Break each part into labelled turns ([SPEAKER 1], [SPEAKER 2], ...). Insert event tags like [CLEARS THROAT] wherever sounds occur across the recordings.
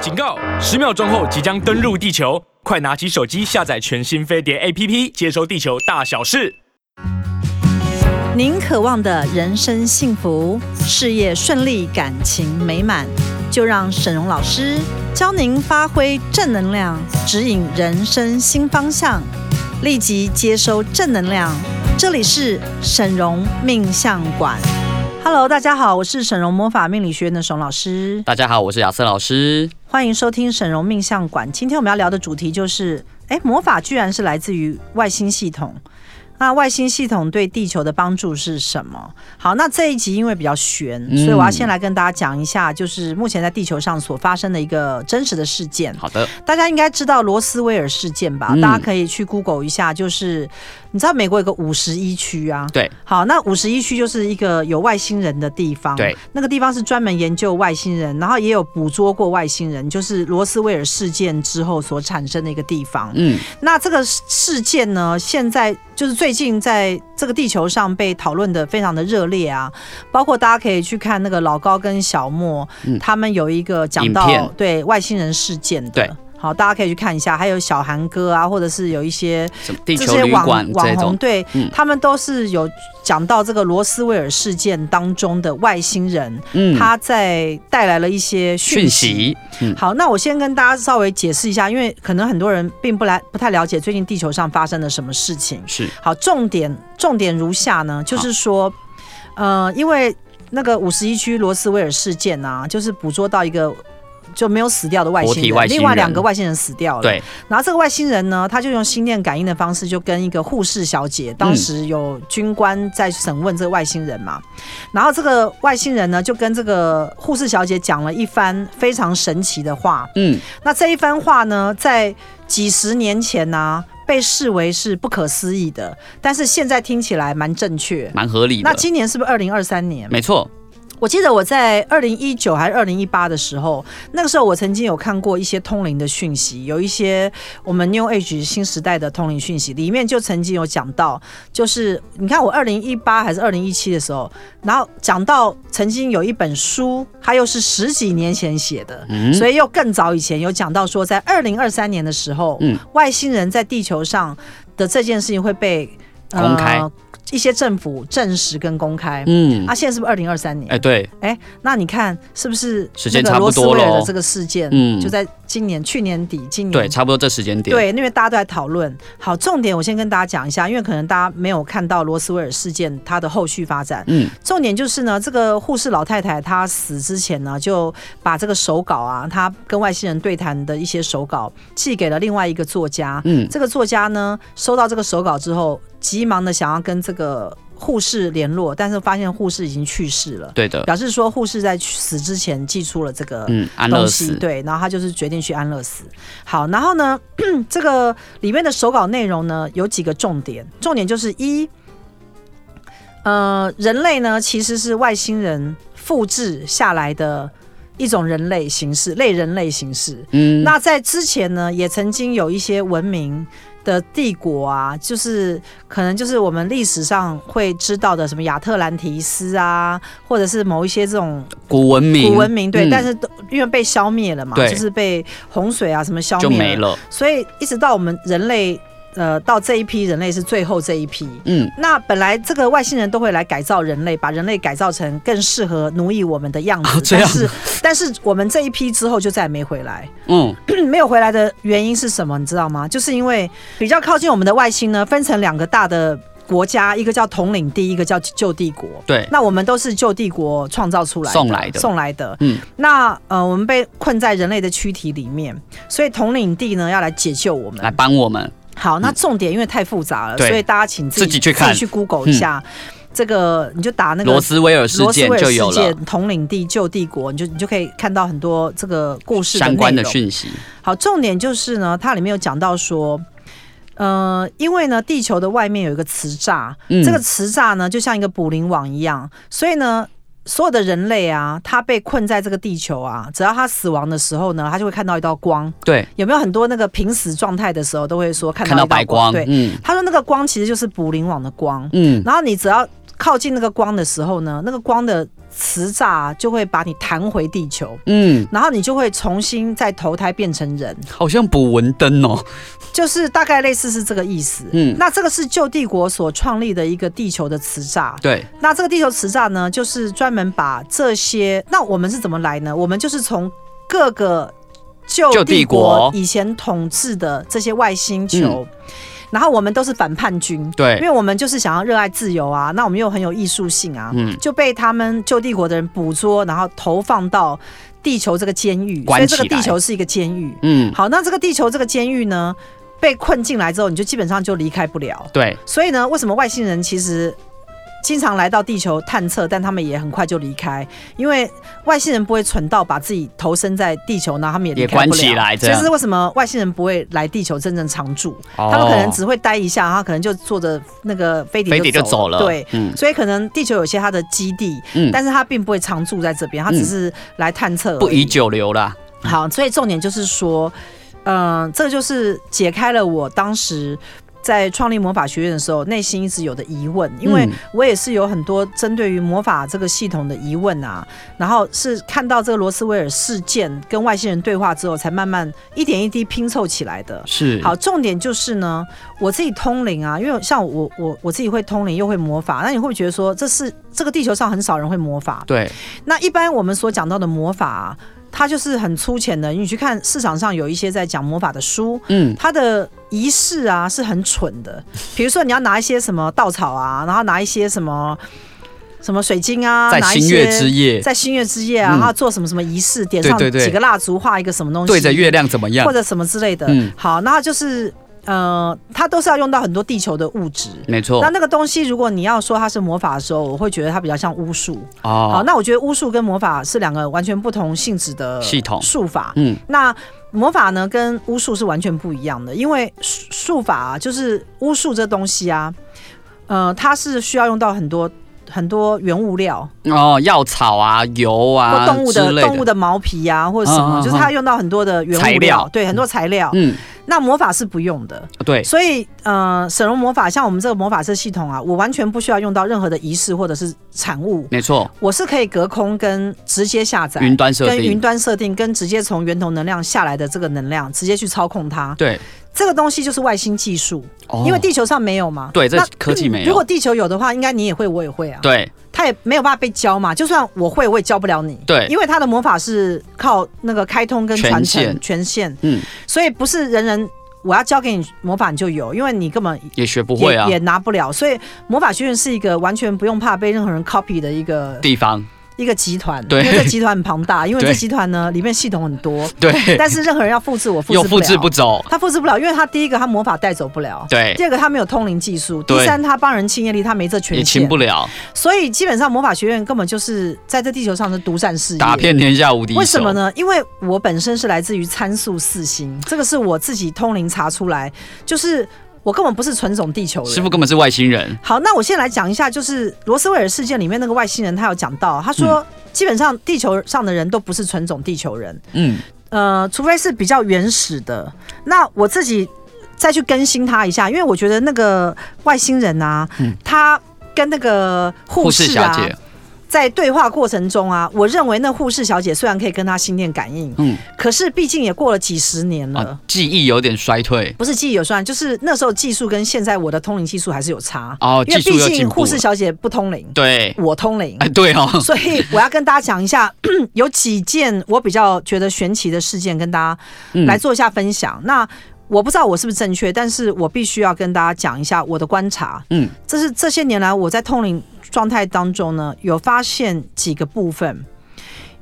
[SPEAKER 1] 警告！十秒钟后即将登陆地球，快拿起手机下载全新飞碟 APP，接收地球大小事。
[SPEAKER 2] 您渴望的人生幸福、事业顺利、感情美满，就让沈荣老师教您发挥正能量，指引人生新方向，立即接收正能量。这里是沈荣命相馆。Hello，大家好，我是沈荣魔法命理学院的沈老师。
[SPEAKER 3] 大家好，我是亚瑟老师。
[SPEAKER 2] 欢迎收听沈荣命相馆。今天我们要聊的主题就是，哎，魔法居然是来自于外星系统。那外星系统对地球的帮助是什么？好，那这一集因为比较悬，
[SPEAKER 3] 嗯
[SPEAKER 2] 所以我要先来跟大家讲一下，就是目前在地球上所发生的一个真实的事件。
[SPEAKER 3] 好的，
[SPEAKER 2] 大家应该知道罗斯威尔事件吧？
[SPEAKER 3] 嗯
[SPEAKER 2] 大家可以去 Google 一下，就是你知道美国有个五十一区啊，
[SPEAKER 3] 对，
[SPEAKER 2] 好，那五十一区就是一个有外星人的地方，
[SPEAKER 3] 对，
[SPEAKER 2] 那个地方是专门研究外星人，然后也有捕捉过外星人，就是罗斯威尔事件之后所产生的一个地方。
[SPEAKER 3] 嗯，
[SPEAKER 2] 那这个事件呢，现在就是最近在这个地球上被讨论的非常的热烈啊，包括大家可以去看那个老高跟小莫，
[SPEAKER 3] 嗯
[SPEAKER 2] 他们有一个讲
[SPEAKER 3] 影
[SPEAKER 2] 到
[SPEAKER 3] 片
[SPEAKER 2] 对外星人事件的。
[SPEAKER 3] 对
[SPEAKER 2] 好，大家可以去看一下，还有小韩哥啊，或者是有一些
[SPEAKER 3] 什么地
[SPEAKER 2] 这
[SPEAKER 3] 球
[SPEAKER 2] 些
[SPEAKER 3] 旅
[SPEAKER 2] 网
[SPEAKER 3] 馆这
[SPEAKER 2] 网红
[SPEAKER 3] 种，
[SPEAKER 2] 对、
[SPEAKER 3] 嗯
[SPEAKER 2] 他们都是有讲到这个罗斯威尔事件当中的外星人，
[SPEAKER 3] 嗯
[SPEAKER 2] 他在带来了一些
[SPEAKER 3] 讯
[SPEAKER 2] 讯息。
[SPEAKER 3] 息，嗯
[SPEAKER 2] 好，那我先跟大家稍微解释一下，因为可能很多人并不来不太了解最近地球上发生了什么事情。
[SPEAKER 3] 是，
[SPEAKER 2] 好，重点重点如下呢，就是说，呃，因为那个五十一区罗斯威尔事件啊，就是捕捉到一个。就没有死掉的外星
[SPEAKER 3] 活体
[SPEAKER 2] 人，
[SPEAKER 3] 外星
[SPEAKER 2] 另外两
[SPEAKER 3] 人
[SPEAKER 2] 个外星人死掉了。
[SPEAKER 3] 对，
[SPEAKER 2] 然后这个外星人呢，他就用心电感应的方式，就跟一个护士小姐，当时有军官在审问这个外星人嘛。然后这个外星人呢，就跟这个护士小姐讲了一番非常神奇的话。
[SPEAKER 3] 嗯，
[SPEAKER 2] 那这一番话呢，在几十年前呢、被视为是不可思议的，但是现在听起来蛮正确。
[SPEAKER 3] 蛮合理
[SPEAKER 2] 那
[SPEAKER 3] 的，
[SPEAKER 2] 今年是不是二零二三年？
[SPEAKER 3] 没错，
[SPEAKER 2] 我记得我在二零一九还是二零一八的时候，那个时候我曾经有看过一些通灵的讯息，有一些我们 New Age 新时代的通灵讯息，里面就曾经有讲到，就是你看我二零一八还是二零一七的时候，然后讲到曾经有一本书，它又是十几年前写的，
[SPEAKER 3] 嗯，
[SPEAKER 2] 所以又更早以前有讲到说，在二零二三年的时候，
[SPEAKER 3] 嗯
[SPEAKER 2] 外星人在地球上的这件事情会被、呃
[SPEAKER 3] 公开
[SPEAKER 2] 一些政府证实跟公开。
[SPEAKER 3] 嗯，
[SPEAKER 2] 啊，现在是不是二零二三年？
[SPEAKER 3] 哎，对，
[SPEAKER 2] 那你看是不是
[SPEAKER 3] 时间
[SPEAKER 2] 那个
[SPEAKER 3] 差不多
[SPEAKER 2] 罗斯威尔
[SPEAKER 3] 咯
[SPEAKER 2] 的这个事件，
[SPEAKER 3] 嗯
[SPEAKER 2] 就在今年、去年底、今年
[SPEAKER 3] 对，差不多这时间点，
[SPEAKER 2] 嗯对，因为大家都在讨论。好，重点我先跟大家讲一下，因为可能大家没有看到罗斯威尔事件它的后续发展。
[SPEAKER 3] 嗯，
[SPEAKER 2] 重点就是呢，这个护士老太太她死之前呢，就把这个手稿啊，她跟外星人对谈的一些手稿寄给了另外一个作家。
[SPEAKER 3] 嗯，
[SPEAKER 2] 这个作家呢，收到这个手稿之后，急忙的想要跟这个护士联络，但是发现护士已经去世了，
[SPEAKER 3] 对的，
[SPEAKER 2] 表示说护士在去死之前寄出了这个
[SPEAKER 3] 嗯，安乐
[SPEAKER 2] 东西，
[SPEAKER 3] 死，
[SPEAKER 2] 对，然后他就是决定去安乐死。好，然后呢， [CLEARS THROAT] 这个里面的手稿内容呢有几个重点，重点就是一，呃，人类呢其实是外星人复制下来的一种人类形式，类人类形式。
[SPEAKER 3] 嗯，
[SPEAKER 2] 那在之前呢，也曾经有一些文明的帝国啊，就是可能就是我们历史上会知道的，什么亚特兰提斯啊，或者是某一些这种
[SPEAKER 3] 古文明，
[SPEAKER 2] 古文明对，
[SPEAKER 3] 嗯
[SPEAKER 2] 但是都因为被消灭了嘛，
[SPEAKER 3] 对
[SPEAKER 2] 就是被洪水啊什么消
[SPEAKER 3] 就
[SPEAKER 2] 灭
[SPEAKER 3] 没了，
[SPEAKER 2] 所以一直到我们人类，呃，到这一批人类是最后这一批。
[SPEAKER 3] 嗯，
[SPEAKER 2] 那本来这个外星人都会来改造人类，把人类改造成更适合奴役我们的样子，
[SPEAKER 3] 哦这样
[SPEAKER 2] 但是但是我们这一批之后就再也没回来。
[SPEAKER 3] 嗯，
[SPEAKER 2] 没有回来的原因是什么？你知道吗？就是因为比较靠近我们的外星呢，分成两个大的国家，一个叫统领地，一个叫旧帝国。
[SPEAKER 3] 对，
[SPEAKER 2] 那我们都是旧帝国创造出来的
[SPEAKER 3] 送来的
[SPEAKER 2] 送来的。
[SPEAKER 3] 嗯，
[SPEAKER 2] 那呃，我们被困在人类的躯体里面，所以统领地呢要来解救我
[SPEAKER 3] 来
[SPEAKER 2] 们。
[SPEAKER 3] 帮我们，
[SPEAKER 2] 好，那重点因为太复杂了，
[SPEAKER 3] 嗯对
[SPEAKER 2] 所以大家请自己
[SPEAKER 3] 自己去看嗯
[SPEAKER 2] 自己去 Google 一下。这个你就打那个
[SPEAKER 3] 罗斯威尔事
[SPEAKER 2] 罗斯
[SPEAKER 3] 件
[SPEAKER 2] 威尔
[SPEAKER 3] 就
[SPEAKER 2] 事
[SPEAKER 3] 有了
[SPEAKER 2] 件、统领地、旧帝国，你就你就可以看到很多这个故事的
[SPEAKER 3] 相关
[SPEAKER 2] 内
[SPEAKER 3] 的
[SPEAKER 2] 容。
[SPEAKER 3] 讯息，
[SPEAKER 2] 好，重点就是呢，它里面有讲到说，呃，因为呢，地球的外面有一个磁栅，
[SPEAKER 3] 嗯
[SPEAKER 2] 这个磁栅呢就像一个捕灵网一样，所以呢。所有的人类啊，他被困在这个地球啊，只要他死亡的时候呢，他就会看到一道光。
[SPEAKER 3] 对，
[SPEAKER 2] 有没有很多那个濒死状态的时候，都会说看到
[SPEAKER 3] 看
[SPEAKER 2] 一
[SPEAKER 3] 到
[SPEAKER 2] 道
[SPEAKER 3] 白光，
[SPEAKER 2] 对，
[SPEAKER 3] 嗯
[SPEAKER 2] 他说那个光其实就是捕灵网的光。
[SPEAKER 3] 嗯，
[SPEAKER 2] 然后你只要靠近那个光的时候呢，那个光的磁炸就会把你弹回地球，
[SPEAKER 3] 嗯，
[SPEAKER 2] 然后你就会重新再投胎变成人，
[SPEAKER 3] 好像捕蚊灯哦，
[SPEAKER 2] 就是大概类似是这个意思。
[SPEAKER 3] 嗯
[SPEAKER 2] 那这个是旧帝国所创立的一个地球的磁炸。
[SPEAKER 3] 对，
[SPEAKER 2] 那这个地球磁炸呢，就是专门把这些。那我们是怎么来呢？我们就是从各个旧
[SPEAKER 3] 旧
[SPEAKER 2] 帝
[SPEAKER 3] 帝
[SPEAKER 2] 国
[SPEAKER 3] 国嗯
[SPEAKER 2] 以前统治的这些外星球，然后我们都是反叛军。因
[SPEAKER 3] 对，
[SPEAKER 2] 为我们就是想要热爱自由啊，那我们又很有艺术性啊，
[SPEAKER 3] 嗯
[SPEAKER 2] 就被他们旧帝国的人捕捉，然后投放到地球这个监狱，所以
[SPEAKER 3] 关
[SPEAKER 2] 这
[SPEAKER 3] 起
[SPEAKER 2] 个
[SPEAKER 3] 来
[SPEAKER 2] 地球是一个监狱。
[SPEAKER 3] 嗯，
[SPEAKER 2] 好，那这个地球这个监狱呢，被困进来之后，你就基本上就离开不了。
[SPEAKER 3] 对，
[SPEAKER 2] 所以呢，为什么外星人其实经常来到地球探测，但他们也很快就离开，因为外星人不会蠢到把自己投身在地球，然后他们也离
[SPEAKER 3] 也
[SPEAKER 2] 开
[SPEAKER 3] 关
[SPEAKER 2] 不
[SPEAKER 3] 起
[SPEAKER 2] 了。
[SPEAKER 3] 来这
[SPEAKER 2] 这
[SPEAKER 3] 样
[SPEAKER 2] 是，为什么外星人不会来地球真正常住？
[SPEAKER 3] 哦
[SPEAKER 2] 他们可能只会待一下，然后可能就坐着那个飞碟
[SPEAKER 3] 飞碟就走了，
[SPEAKER 2] 对，
[SPEAKER 3] 嗯
[SPEAKER 2] 所以可能地球有些它的基地，
[SPEAKER 3] 嗯，
[SPEAKER 2] 但是它并不会常住在这边，它只是来探测而已。
[SPEAKER 3] 不宜久留啦，
[SPEAKER 2] 好，所以重点就是说，嗯、这个就是解开了我当时在创立魔法学院的时候内心一直有的疑问，因为
[SPEAKER 3] 嗯
[SPEAKER 2] 我也是有很多针对于魔法这个系统的疑问啊，然后是看到这个罗斯威尔事件跟外星人对话之后，才慢慢一点一滴拼凑起来的。
[SPEAKER 3] 是，
[SPEAKER 2] 好，重点就是呢，我自己通灵啊，因为像我我我自己会通灵，又会魔法，那你会不会觉得说，这是这个地球上很少人会魔法？
[SPEAKER 3] 对，
[SPEAKER 2] 那一般我们所讲到的魔法、啊，它就是很粗浅的。你去看市场上有一些在讲魔法的书，
[SPEAKER 3] 嗯，
[SPEAKER 2] 它的仪式啊是很蠢的。比如说你要拿一些什么稻草啊，然后拿一些什么什么水晶啊，
[SPEAKER 3] 在
[SPEAKER 2] 拿一
[SPEAKER 3] 星
[SPEAKER 2] 些
[SPEAKER 3] 月之夜，
[SPEAKER 2] 在新月之夜啊，
[SPEAKER 3] 嗯
[SPEAKER 2] 然后做什么什么仪式，点上
[SPEAKER 3] 对对对
[SPEAKER 2] 几个蜡烛，画一个什么东西，
[SPEAKER 3] 对着月亮怎么样
[SPEAKER 2] 或？者什么之类的。
[SPEAKER 3] 嗯
[SPEAKER 2] 好，那就是呃，它都是要用到很多地球的物质。
[SPEAKER 3] 没错
[SPEAKER 2] 那，那个东西，如果你要说它是魔法的时候，我会觉得它比较像巫术。好，
[SPEAKER 3] 哦，
[SPEAKER 2] 那我觉得巫术跟魔法是两个完全不同性质的
[SPEAKER 3] 系统
[SPEAKER 2] 术法。
[SPEAKER 3] 嗯，
[SPEAKER 2] 那魔法呢，跟巫术是完全不一样的，因为术术法、啊、就是巫术这东西啊，呃，它是需要用到很多很多原物料，
[SPEAKER 3] 哦，药草啊，油
[SPEAKER 2] 或
[SPEAKER 3] 啊，
[SPEAKER 2] 动物
[SPEAKER 3] 之
[SPEAKER 2] 的
[SPEAKER 3] 类
[SPEAKER 2] 动物，的毛皮啊，或者什么，
[SPEAKER 3] 嗯嗯嗯
[SPEAKER 2] 就是它用到很多的原物
[SPEAKER 3] 材料
[SPEAKER 2] 对，很多材料。
[SPEAKER 3] 嗯，
[SPEAKER 2] 那魔法是不用的，
[SPEAKER 3] 对，
[SPEAKER 2] 所以呃，神龙魔法像我们这个魔法师系统啊，我完全不需要用到任何的仪式或者是产物，
[SPEAKER 3] 没错，
[SPEAKER 2] 我是可以隔空跟直接下载。
[SPEAKER 3] 云端设
[SPEAKER 2] 跟云
[SPEAKER 3] 定，
[SPEAKER 2] 端设定跟直接从源头能量下来的这个能量，直接去操控它，
[SPEAKER 3] 对，
[SPEAKER 2] 这个东西就是外星技术，
[SPEAKER 3] 哦
[SPEAKER 2] 因为地球上没有嘛。
[SPEAKER 3] 对这
[SPEAKER 2] 那嗯
[SPEAKER 3] 科技没有
[SPEAKER 2] 如果地球有的话，应该你也会，我也会啊。，
[SPEAKER 3] 对
[SPEAKER 2] 他也没有办法被教嘛。就算我会，我也教不了你。
[SPEAKER 3] 对
[SPEAKER 2] 因为他的魔法是靠那个开通跟
[SPEAKER 3] 权
[SPEAKER 2] 传承
[SPEAKER 3] 限
[SPEAKER 2] 权限，
[SPEAKER 3] 嗯，
[SPEAKER 2] 所以不是人人我要教给你魔法你就有，因为你根本
[SPEAKER 3] 也学不
[SPEAKER 2] 也
[SPEAKER 3] 会啊
[SPEAKER 2] 也，拿不了。所以魔法学院是一个完全不用怕被任何人 copy 的一个
[SPEAKER 3] 地方，
[SPEAKER 2] 一个集团，
[SPEAKER 3] 对
[SPEAKER 2] 因为这集团很庞
[SPEAKER 3] [LAUGHS]
[SPEAKER 2] 大，因为这
[SPEAKER 3] 对
[SPEAKER 2] 集团呢里面系统很多，
[SPEAKER 3] 对，
[SPEAKER 2] [LAUGHS] 但是任何人要复制我复制
[SPEAKER 3] 又
[SPEAKER 2] 不了，
[SPEAKER 3] 复制不走，
[SPEAKER 2] 他复制不了，因为他第一个他魔法带走不了，
[SPEAKER 3] 对
[SPEAKER 2] 第，二个他没有通灵技术，第
[SPEAKER 3] 对
[SPEAKER 2] 三他帮人清业力他没这权
[SPEAKER 3] 也
[SPEAKER 2] 限
[SPEAKER 3] 清，不了，
[SPEAKER 2] 所以基本上魔法学院根本就是在这地球上的独占事业。
[SPEAKER 3] 打遍天下无敌手，
[SPEAKER 2] 为什么？呢？因为我本身是来自于参数四星，这个是我自己通灵查出来，就是我根本不是纯种地球人。
[SPEAKER 3] 师傅根本是外星人，
[SPEAKER 2] 好，那我现在来讲一下，就是罗斯威尔事件里面那个外星人，他有讲到，他
[SPEAKER 3] 嗯
[SPEAKER 2] 说基本上地球上的人都不是纯种地球人，
[SPEAKER 3] 嗯，
[SPEAKER 2] 呃，除非是比较原始的。那我自己再去更新他一下，因为我觉得那个外星人啊，
[SPEAKER 3] 嗯
[SPEAKER 2] 他跟那个护
[SPEAKER 3] 护士
[SPEAKER 2] 士
[SPEAKER 3] 小
[SPEAKER 2] 啊，
[SPEAKER 3] 姐，
[SPEAKER 2] 在对话过程中啊，我认为那护士小姐虽然可以跟他心电感应，
[SPEAKER 3] 嗯，
[SPEAKER 2] 可是毕竟也过了几十年了。
[SPEAKER 3] 啊，记忆有点衰退，
[SPEAKER 2] 不是记忆有算，就是那时候技术跟现在我的通灵技术还是有差，
[SPEAKER 3] 哦，
[SPEAKER 2] 因为
[SPEAKER 3] 技术
[SPEAKER 2] 毕
[SPEAKER 3] 又进
[SPEAKER 2] 竟
[SPEAKER 3] 步
[SPEAKER 2] 护
[SPEAKER 3] 了
[SPEAKER 2] 士，小姐不通灵，
[SPEAKER 3] 对，
[SPEAKER 2] 我通灵。 [LAUGHS]
[SPEAKER 3] 哎，对哦，
[SPEAKER 2] 所以我要跟大家讲一下， [CLEARS THROAT] 有几件我比较觉得玄奇的事件，跟大家
[SPEAKER 3] 嗯
[SPEAKER 2] 来做一下分享。那我不知道我是不是正确，但是我必须要跟大家讲一下我的观察。
[SPEAKER 3] 嗯，
[SPEAKER 2] 这是这些年来我在通灵状态当中呢，有发现几个部分，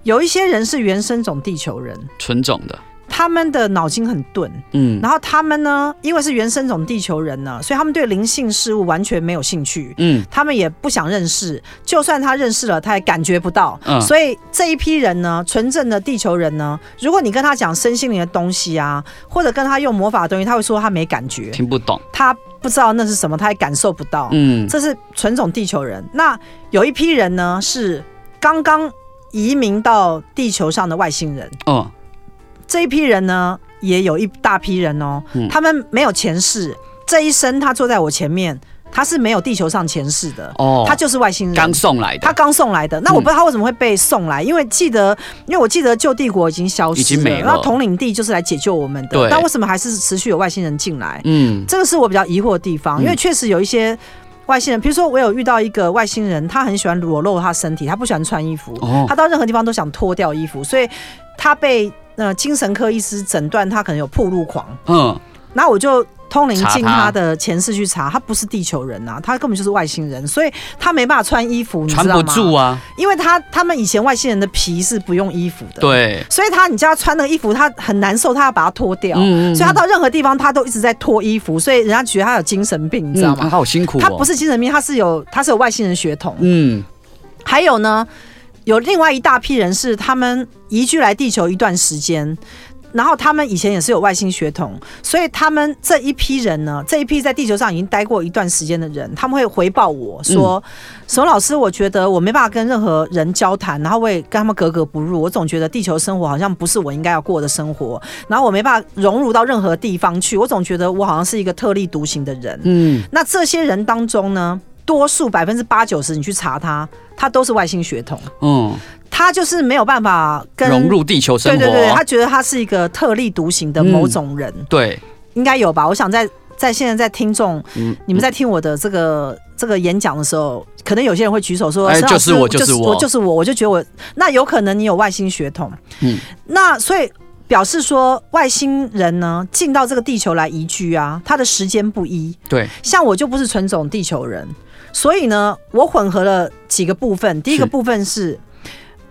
[SPEAKER 2] 有一些人是原生种地球人，
[SPEAKER 3] 纯种的，
[SPEAKER 2] 他们的脑筋很钝，
[SPEAKER 3] 嗯，
[SPEAKER 2] 然后他们呢，因为是原生种地球人呢，所以他们对灵性事物完全没有兴趣。
[SPEAKER 3] 嗯，
[SPEAKER 2] 他们也不想认识，就算他认识了，他也感觉不到。
[SPEAKER 3] 嗯
[SPEAKER 2] 所以这一批人呢，纯正的地球人呢，如果你跟他讲身心灵的东西啊，或者跟他用魔法的东西，他会说他没感觉，
[SPEAKER 3] 听不懂，
[SPEAKER 2] 他不知道那是什么，他也感受不到。
[SPEAKER 3] 嗯，
[SPEAKER 2] 这是纯种地球人。那有一批人呢，是刚刚移民到地球上的外星人。
[SPEAKER 3] 哦，
[SPEAKER 2] 这一批人呢，也有一大批人哦，
[SPEAKER 3] 嗯
[SPEAKER 2] 他们没有前世，这一生他坐在我前面，他是没有地球上前世的，
[SPEAKER 3] 哦，
[SPEAKER 2] 他就是外星人。
[SPEAKER 3] 刚送嗯来
[SPEAKER 2] 他
[SPEAKER 3] 的，
[SPEAKER 2] 刚送来的，那我不知道他为什么会被送来，因为记得，因为我记得旧帝国已经消失了，
[SPEAKER 3] 已经没了
[SPEAKER 2] 那统领地就是来解救我们的
[SPEAKER 3] 对，
[SPEAKER 2] 但为什么还是持续有外星人进来？
[SPEAKER 3] 嗯，
[SPEAKER 2] 这个是我比较疑惑的地方，因为确实有一些外星人，比如说我有遇到一个外星人，他很喜欢裸露他身体，他不喜欢穿衣服，
[SPEAKER 3] 哦
[SPEAKER 2] 他到任何地方都想脱掉衣服，所以他被呃精神科医师诊断他可能有暴露狂。
[SPEAKER 3] 嗯，
[SPEAKER 2] 然后我就通灵
[SPEAKER 3] 查
[SPEAKER 2] 进
[SPEAKER 3] 他
[SPEAKER 2] 他的前世去查，他不是地球人呐、啊他根本就是外星人，所以他没办法穿衣服，你
[SPEAKER 3] 穿
[SPEAKER 2] 知道
[SPEAKER 3] 不
[SPEAKER 2] 吗？
[SPEAKER 3] 住啊，
[SPEAKER 2] 因为他他们以前外星人的皮是不用衣服的，，
[SPEAKER 3] 对，
[SPEAKER 2] 所以他你叫他穿那个衣服，他很难受，他要把它脱掉，
[SPEAKER 3] 嗯
[SPEAKER 2] 所以他到任何地方他都一直在脱衣服，所以人家觉得他有精神病，你知道
[SPEAKER 3] 嗯啊
[SPEAKER 2] 吗？
[SPEAKER 3] 好辛苦哦，
[SPEAKER 2] 他不是精神病，他是有他是有外星人血统，
[SPEAKER 3] 嗯，
[SPEAKER 2] 还有呢，有另外一大批人是他们移居来地球一段时间。然后他们以前也是有外星血统，所以他们这一批人呢，这一批在地球上已经待过一段时间的人，他们会回报我说：“沈老师，我觉得我没办法跟任何人交谈，然后我也跟他们格格不入，我总觉得地球生活好像不是我应该要过的生活，然后我没办法融入到任何地方去，我总觉得我好像是一个特立独行的人。”
[SPEAKER 3] 嗯，
[SPEAKER 2] 那这些人当中呢，多数百分之八九十，你去查他，他都是外星血统，
[SPEAKER 3] 嗯，
[SPEAKER 2] 他就是没有办法跟
[SPEAKER 3] 融。入地球生
[SPEAKER 2] 对
[SPEAKER 3] 活，哦嗯
[SPEAKER 2] 对对，他觉得他是一个特立独行的某种人，
[SPEAKER 3] 对
[SPEAKER 2] 应该有吧？我想在在现在在听众，
[SPEAKER 3] 嗯
[SPEAKER 2] 你们在听我的这个这个演讲的时候，可能有些人会举手说：“
[SPEAKER 3] 哎
[SPEAKER 2] 沈老师
[SPEAKER 3] 就是我
[SPEAKER 2] 就是
[SPEAKER 3] 就是我
[SPEAKER 2] 我，就是我。”我就觉得我那有可能你有外星血统，
[SPEAKER 3] 嗯
[SPEAKER 2] 那所以表示说外星人呢进到这个地球来移居啊，他的时间不一，
[SPEAKER 3] 对，
[SPEAKER 2] 像我就不是纯种地球人，所以呢，我混合了几个部分。第一个
[SPEAKER 3] 是
[SPEAKER 2] 部分是，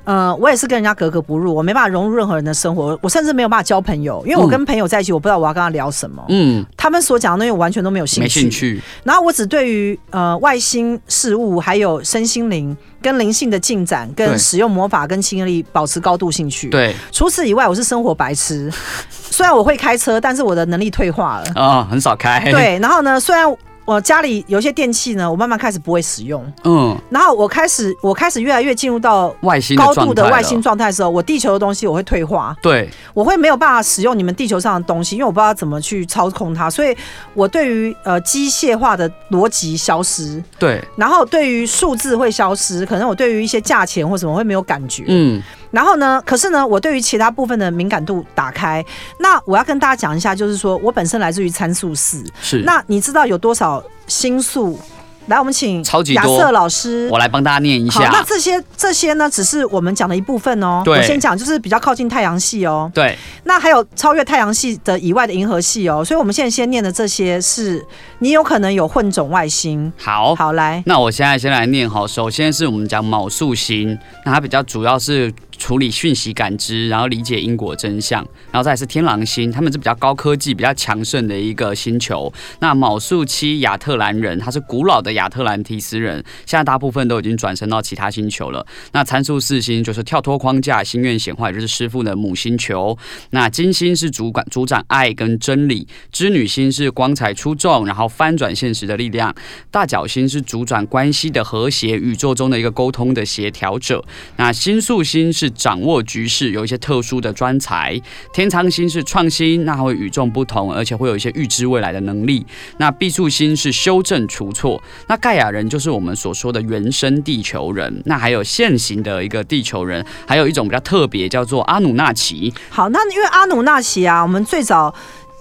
[SPEAKER 2] 呃，我也是跟人家格格不入，我没办法融入任何人的生活，我甚至没有办法交朋友，因为我
[SPEAKER 3] 嗯
[SPEAKER 2] 跟朋友在一起，我不知道我要跟他聊什么，
[SPEAKER 3] 嗯，
[SPEAKER 2] 他们所讲的东西我完全都没有兴
[SPEAKER 3] 没
[SPEAKER 2] 趣。
[SPEAKER 3] 兴趣，
[SPEAKER 2] 然后我只对于呃外星事物，还有身心灵跟灵性的进展，跟
[SPEAKER 3] 对
[SPEAKER 2] 使用魔法跟吸引力保持高度兴趣。，
[SPEAKER 3] 对
[SPEAKER 2] 除此以外，我是生活白痴，虽然我会开车，但是我的能力退化了。
[SPEAKER 3] 啊，很少开，，
[SPEAKER 2] 对，然后呢，虽然我家里有些电器呢，我慢慢开始不会使用，
[SPEAKER 3] 嗯，
[SPEAKER 2] 然后我开始我开始越来越进入到。
[SPEAKER 3] 外星
[SPEAKER 2] 高
[SPEAKER 3] 状
[SPEAKER 2] 度
[SPEAKER 3] 态
[SPEAKER 2] 的
[SPEAKER 3] 了
[SPEAKER 2] 外星，状态的时候，我地球的东西我会退化，
[SPEAKER 3] 对，
[SPEAKER 2] 我会没有办法使用你们地球上的东西，因为我不知道怎么去操控它，所以我对于呃机械化的逻辑消失，
[SPEAKER 3] 对，
[SPEAKER 2] 然后对于数字会消失，可能我对于一些价钱或什么会没有感觉，
[SPEAKER 3] 嗯，
[SPEAKER 2] 然后呢，可是呢，我对于其他部分的敏感度打开。那我要跟大家讲一下，就是说我本身来自于参数四，
[SPEAKER 3] 是，
[SPEAKER 2] 那你知道有多少星宿？来，我们请
[SPEAKER 3] 超级
[SPEAKER 2] 亚
[SPEAKER 3] 多
[SPEAKER 2] 瑟老师。
[SPEAKER 3] 我来帮大家念一
[SPEAKER 2] 好，那
[SPEAKER 3] 下，
[SPEAKER 2] 这些这些呢，只是我们讲的一部分哦。
[SPEAKER 3] 对
[SPEAKER 2] 我先讲就是比较靠近太阳系哦。
[SPEAKER 3] 对，
[SPEAKER 2] 那还有超越太阳系的以外的银河系哦。所以我们现在先念的这些是，你有可能有混种外星。
[SPEAKER 3] 好。
[SPEAKER 2] 好，来，
[SPEAKER 3] 那我现在先来念哈，首先是我们讲卯宿星，那它比较主要是处理讯息感知，然后理解因果真相，然后再来是天狼星，他们是比较高科技、比较强盛的一个星球。那卯宿七亚特兰人，他是古老的亚特兰提斯人，现在大部分都已经转身到其他星球了。那参数四星就是跳脱框架、心愿显化，也就是师傅的母星球。那金星是主管主掌爱跟真理，织女星是光彩出众，然后翻转现实的力量。大角星是主掌关系的和谐，宇宙中的一个沟通的协调者。那星宿星是掌握局势，有一些特殊的专才。天仓星是创新，那它会与众不同，而且会有一些预知未来的能力。那毕宿星是修正除错。那盖亚人就是我们所说的原生地球人，那还有现行的一个地球人，还有一种比较特别叫做阿努纳奇。
[SPEAKER 2] 好，那因为阿努纳奇啊，我们最早。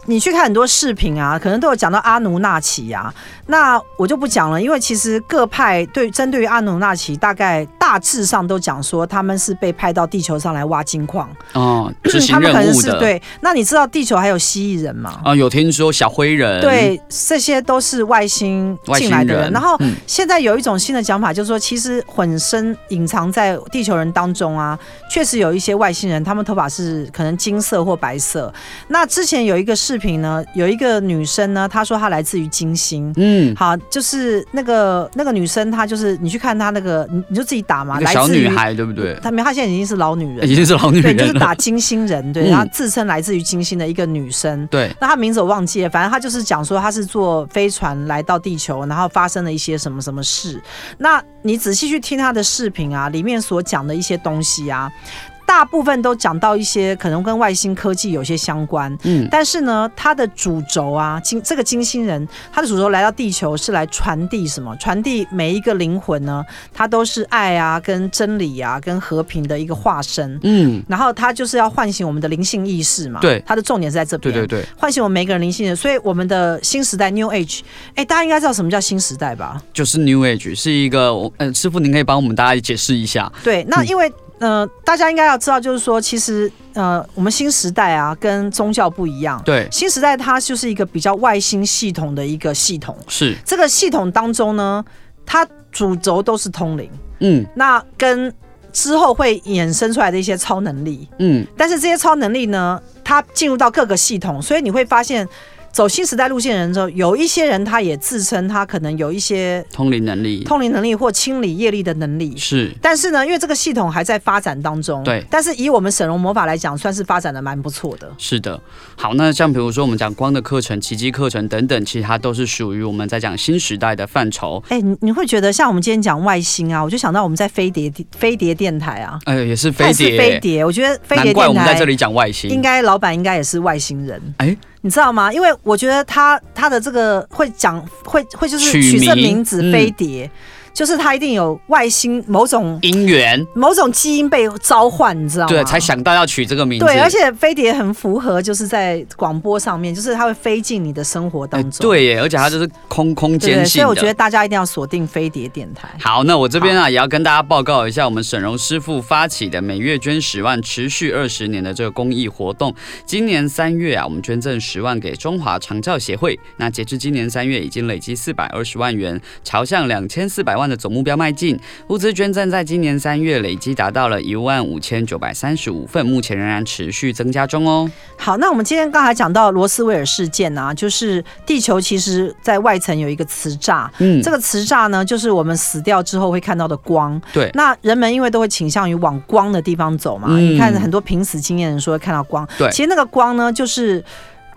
[SPEAKER 2] 你去看很多视频啊，可能都有讲到阿努纳奇啊，那我就不讲了，因为其实各派对针对于阿努纳奇，大概大致上都讲说他们是被派到地球上来挖金矿，
[SPEAKER 3] [LAUGHS] 哦，执行
[SPEAKER 2] 他们可
[SPEAKER 3] 任
[SPEAKER 2] 能
[SPEAKER 3] 务
[SPEAKER 2] 是
[SPEAKER 3] 的。。
[SPEAKER 2] 对。那你知道地球还有蜥蜴人吗？
[SPEAKER 3] 啊、有听说小灰人。。
[SPEAKER 2] 对，这些都是外星
[SPEAKER 3] 嗯外
[SPEAKER 2] 进
[SPEAKER 3] 星
[SPEAKER 2] 来
[SPEAKER 3] 人，
[SPEAKER 2] 的人。然后
[SPEAKER 3] 嗯
[SPEAKER 2] 现在有一种新的讲法，就是说，其实混身隐藏在地球人当中啊，确实有一些外星人，他们头发是可能金色或白色。那之前有一个视频呢，有一个女生呢，她说她来自于金星。
[SPEAKER 3] 嗯，
[SPEAKER 2] 好，就是那个那个女生，她就是你去看她那个，你你就自己打嘛，
[SPEAKER 3] 一个
[SPEAKER 2] 来
[SPEAKER 3] 小
[SPEAKER 2] 自于
[SPEAKER 3] 女孩，对不对？哎
[SPEAKER 2] 她没有，她现在已经是老女人
[SPEAKER 3] 已，经是老嗯女
[SPEAKER 2] 对，
[SPEAKER 3] 人
[SPEAKER 2] 就是
[SPEAKER 3] 了。
[SPEAKER 2] 打金星人，对，
[SPEAKER 3] 嗯
[SPEAKER 2] 她自称来自于金星的一个女生。
[SPEAKER 3] 对，
[SPEAKER 2] 那他名字我忘记了，反正他就是讲说他是坐飞船来到地球，然后发生了一些什么什么事。那你仔细去听他的视频啊，里面所讲的一些东西啊。大部分都讲到一些可能跟外星科技有些相关，
[SPEAKER 3] 嗯，
[SPEAKER 2] 但是呢，它的主轴啊，金这个金星人，他的主轴来到地球是来传递什么？传递每一个灵魂呢，它都是爱啊、跟真理啊、跟和平的一个化身。
[SPEAKER 3] 嗯，
[SPEAKER 2] 然后它就是要唤醒我们的灵性意识嘛。
[SPEAKER 3] 对
[SPEAKER 2] 它的重点是在这边。
[SPEAKER 3] 对对对，
[SPEAKER 2] 唤醒我们每个人灵性的，所以我们的新时代 New Age，哎，大家应该知道什么叫新时代吧？
[SPEAKER 3] 就是 New Age 是一个，我呃，师傅您可以帮我们大家解释一下。
[SPEAKER 2] 对，那
[SPEAKER 3] 嗯
[SPEAKER 2] 因为、呃，大家应该要知道，就是说，其实呃，我们新时代啊，跟宗教不一样。
[SPEAKER 3] 对，
[SPEAKER 2] 新时代它就是一个比较外星系统的一个系统，
[SPEAKER 3] 是，
[SPEAKER 2] 这个系统当中呢，它主轴都是通灵，
[SPEAKER 3] 嗯
[SPEAKER 2] 那跟之后会衍生出来的一些超能力，
[SPEAKER 3] 嗯，
[SPEAKER 2] 但是这些超能力呢，它进入到各个系统，所以你会发现。走新时代路线的人之后，有一些人他也自称他可能有一些
[SPEAKER 3] 通灵能力
[SPEAKER 2] 通灵能力或清理业力的能力，
[SPEAKER 3] 是，
[SPEAKER 2] 但是呢，因为这个系统还在发展当中，
[SPEAKER 3] 对
[SPEAKER 2] 但是以我们沈荣魔法来讲，算是发展的蛮不错的。
[SPEAKER 3] 是的，好，那像比如说我们讲光的课程、奇迹课程等等，其实它都是属于我们在讲新时代的范畴。
[SPEAKER 2] 哎、你你会觉得像我们今天讲外星啊，我就想到我们在飞碟飞碟电台啊，
[SPEAKER 3] 哎，也是飞
[SPEAKER 2] 它也是
[SPEAKER 3] 碟，
[SPEAKER 2] 飞碟，我觉得飞碟
[SPEAKER 3] 难怪我
[SPEAKER 2] 电
[SPEAKER 3] 们在这
[SPEAKER 2] 台
[SPEAKER 3] 里讲外
[SPEAKER 2] 应
[SPEAKER 3] 星。
[SPEAKER 2] 该老板应该也是外星人，
[SPEAKER 3] 哎
[SPEAKER 2] 你知道吗？因为我觉得他他的这个会讲会会就是
[SPEAKER 3] 取
[SPEAKER 2] 取这
[SPEAKER 3] 名
[SPEAKER 2] 名字
[SPEAKER 3] 嗯
[SPEAKER 2] 飞碟，就是他一定有外星某种
[SPEAKER 3] 姻缘，
[SPEAKER 2] 某种基因被召唤，你知道吗？
[SPEAKER 3] 对，才想到要取这个名字。
[SPEAKER 2] 对，而且飞碟很符合，就是在广播上面，就是它会飞进你的生活当
[SPEAKER 3] 哎，
[SPEAKER 2] 中。
[SPEAKER 3] 对耶，而且它就是空空
[SPEAKER 2] 对
[SPEAKER 3] 间
[SPEAKER 2] 所
[SPEAKER 3] 性
[SPEAKER 2] 以
[SPEAKER 3] 的。
[SPEAKER 2] 我觉得大家一定要锁定飞碟电台。
[SPEAKER 3] 好，那我这边啊，也要跟大家报告一下，我们沈荣师傅发起的每月捐十万、持续二十年的这个公益活动。今年三月啊，我们捐赠十万给中华长教协会。那截至今年三月，已经累积四百二十万元，朝向两千四百万的总目标迈进。物资捐赠在今年三月累积达到了一万五千九百三十五份，目前仍然持续增加中哦。
[SPEAKER 2] 好，那我们今天刚才讲到罗斯威尔事件啊，就是地球其实在外层有一个磁栅，
[SPEAKER 3] 嗯
[SPEAKER 2] 这个磁栅呢，就是我们死掉之后会看到的光。
[SPEAKER 3] 对
[SPEAKER 2] 那人们因为都会倾向于往光的地方走嘛，
[SPEAKER 3] 嗯
[SPEAKER 2] 你看很多濒死经验人说会看到光，
[SPEAKER 3] 对
[SPEAKER 2] 其实那个光呢，就是。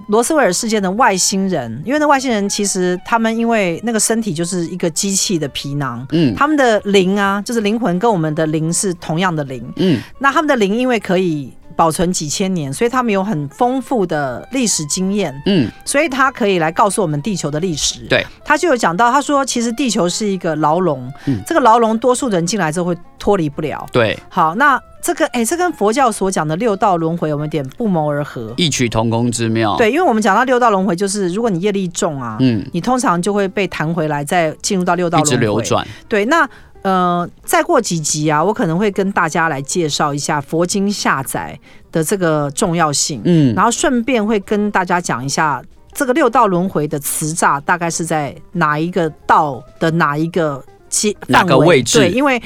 [SPEAKER 2] 罗斯威尔事件的外星人，因为那外星人其实他们因为那个身体就是一个机器的皮囊，
[SPEAKER 3] 嗯
[SPEAKER 2] 他们的灵啊，就是灵魂跟我们的灵是同样的灵，
[SPEAKER 3] 嗯，
[SPEAKER 2] 那他们的灵因为可以保存几千年，所以他们有很丰富的历史经验，
[SPEAKER 3] 嗯，
[SPEAKER 2] 所以他可以来告诉我们地球的历史。
[SPEAKER 3] 对，
[SPEAKER 2] 他就有讲到，他说其实地球是一个牢笼，
[SPEAKER 3] 嗯
[SPEAKER 2] 这个牢笼多数人进来之后会脱离不了。
[SPEAKER 3] 对，
[SPEAKER 2] 好，那这个哎，这跟佛教所讲的六道轮回有没有点不谋而合？
[SPEAKER 3] 异曲同工之妙。，
[SPEAKER 2] 对，因为我们讲到六道轮回，就是如果你业力重啊，
[SPEAKER 3] 哦嗯，
[SPEAKER 2] 你通常就会被弹回来，再进入到六道
[SPEAKER 3] 一
[SPEAKER 2] 轮回。
[SPEAKER 3] 直流转。
[SPEAKER 2] 对，那呃，再过几集啊，我可能会跟大家来介绍一下佛经下载的这个重要性，
[SPEAKER 3] 嗯，
[SPEAKER 2] 然后顺便会跟大家讲一下这个六道轮回的磁栅大概是在哪一个道的哪一个阶
[SPEAKER 3] 哪
[SPEAKER 2] 范
[SPEAKER 3] 个
[SPEAKER 2] 围
[SPEAKER 3] 位置
[SPEAKER 2] 对，因为。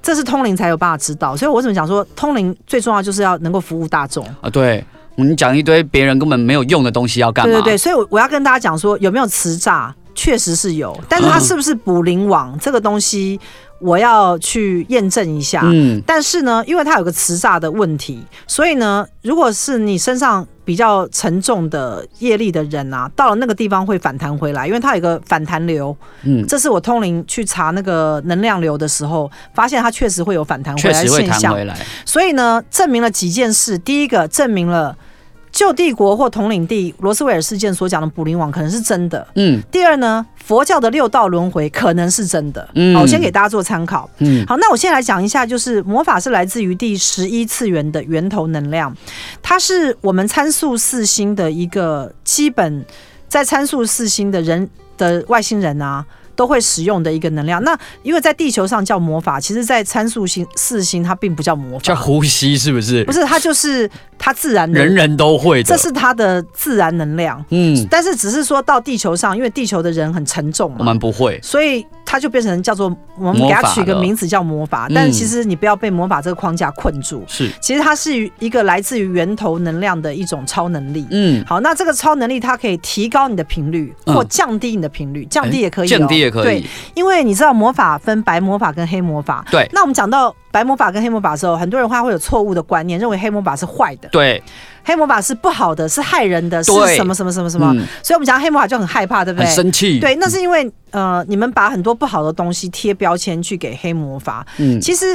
[SPEAKER 2] 这是通灵才有办法知道，所以我怎么讲说，通灵最重要就是要能够服务大众。
[SPEAKER 3] 啊，对，你讲一堆别人根本没有用的东西要干
[SPEAKER 2] 对
[SPEAKER 3] 嘛？
[SPEAKER 2] 对对，所以我我要跟大家讲说，有没有磁栅，确实是有，但是它
[SPEAKER 3] 嗯
[SPEAKER 2] 是不是捕灵网、这个东西，我要去验证一下。
[SPEAKER 3] 嗯，
[SPEAKER 2] 但是呢，因为它有个磁栅的问题，所以呢，如果是你身上比较沉重的业力的人啊，到了那个地方会反弹回来，因为它有个反弹流。
[SPEAKER 3] 嗯，
[SPEAKER 2] 这是我通灵去查那个能量流的时候，发现它确实会有反弹回
[SPEAKER 3] 确
[SPEAKER 2] 来的
[SPEAKER 3] 实会
[SPEAKER 2] 现
[SPEAKER 3] 弹
[SPEAKER 2] 象。
[SPEAKER 3] 回来。
[SPEAKER 2] 所以呢，证明了几件事。第一个，证明了旧帝国或统领地罗斯威尔事件所讲的捕灵网可能是真的。
[SPEAKER 3] 嗯
[SPEAKER 2] 第二呢，佛教的六道轮回可能是真的。
[SPEAKER 3] 嗯
[SPEAKER 2] 好，我先给大家做参考。
[SPEAKER 3] 嗯，
[SPEAKER 2] 好，那我先来讲一下，就是魔法是来自于第十一次元的源头能量，它是我们参数四星的一个基本，在参数四星的人的外星人啊。都会使用的一个能量。那因为在地球上叫魔法，其实，在参数星四星它并不叫魔
[SPEAKER 3] 叫
[SPEAKER 2] 法，
[SPEAKER 3] 呼吸是不是？
[SPEAKER 2] 不是它就是它自然的，
[SPEAKER 3] 人人都会的。
[SPEAKER 2] 这是它的自然能量。
[SPEAKER 3] 嗯，
[SPEAKER 2] 但是只是说到地球上，因为地球的人很沉重
[SPEAKER 3] 我
[SPEAKER 2] 嘛，
[SPEAKER 3] 们不会。
[SPEAKER 2] 所以它就变成叫做我们给
[SPEAKER 3] 魔
[SPEAKER 2] 它
[SPEAKER 3] 法
[SPEAKER 2] 取一个
[SPEAKER 3] 了
[SPEAKER 2] 名字叫魔法，
[SPEAKER 3] 嗯
[SPEAKER 2] 但其实你不要被魔法这个框架困住，
[SPEAKER 3] 是，
[SPEAKER 2] 其实它是一个来自于源头能量的一种超能力。
[SPEAKER 3] 嗯，
[SPEAKER 2] 好，那这个超能力它可以提高你的频率，
[SPEAKER 3] 嗯哎
[SPEAKER 2] 或降低你的频率，降低也可以、哦，
[SPEAKER 3] 降低也可
[SPEAKER 2] 对
[SPEAKER 3] 以，。
[SPEAKER 2] 因为你知道魔法分白魔法跟黑魔法，
[SPEAKER 3] 对
[SPEAKER 2] 那我们讲到白魔法跟黑魔法的时候，很多人他会有错误的观念，认为黑魔法是坏的，
[SPEAKER 3] 对，
[SPEAKER 2] 黑魔法是不好的，是害人的，是
[SPEAKER 3] 对
[SPEAKER 2] 什么什么什么什么。
[SPEAKER 3] 嗯，
[SPEAKER 2] 所以我们讲黑魔法就很害怕，对不
[SPEAKER 3] 很
[SPEAKER 2] 对？
[SPEAKER 3] 生气。
[SPEAKER 2] 对，那是因为呃，你们把很多不好的东西贴标签去给黑魔法，
[SPEAKER 3] 嗯，
[SPEAKER 2] 其实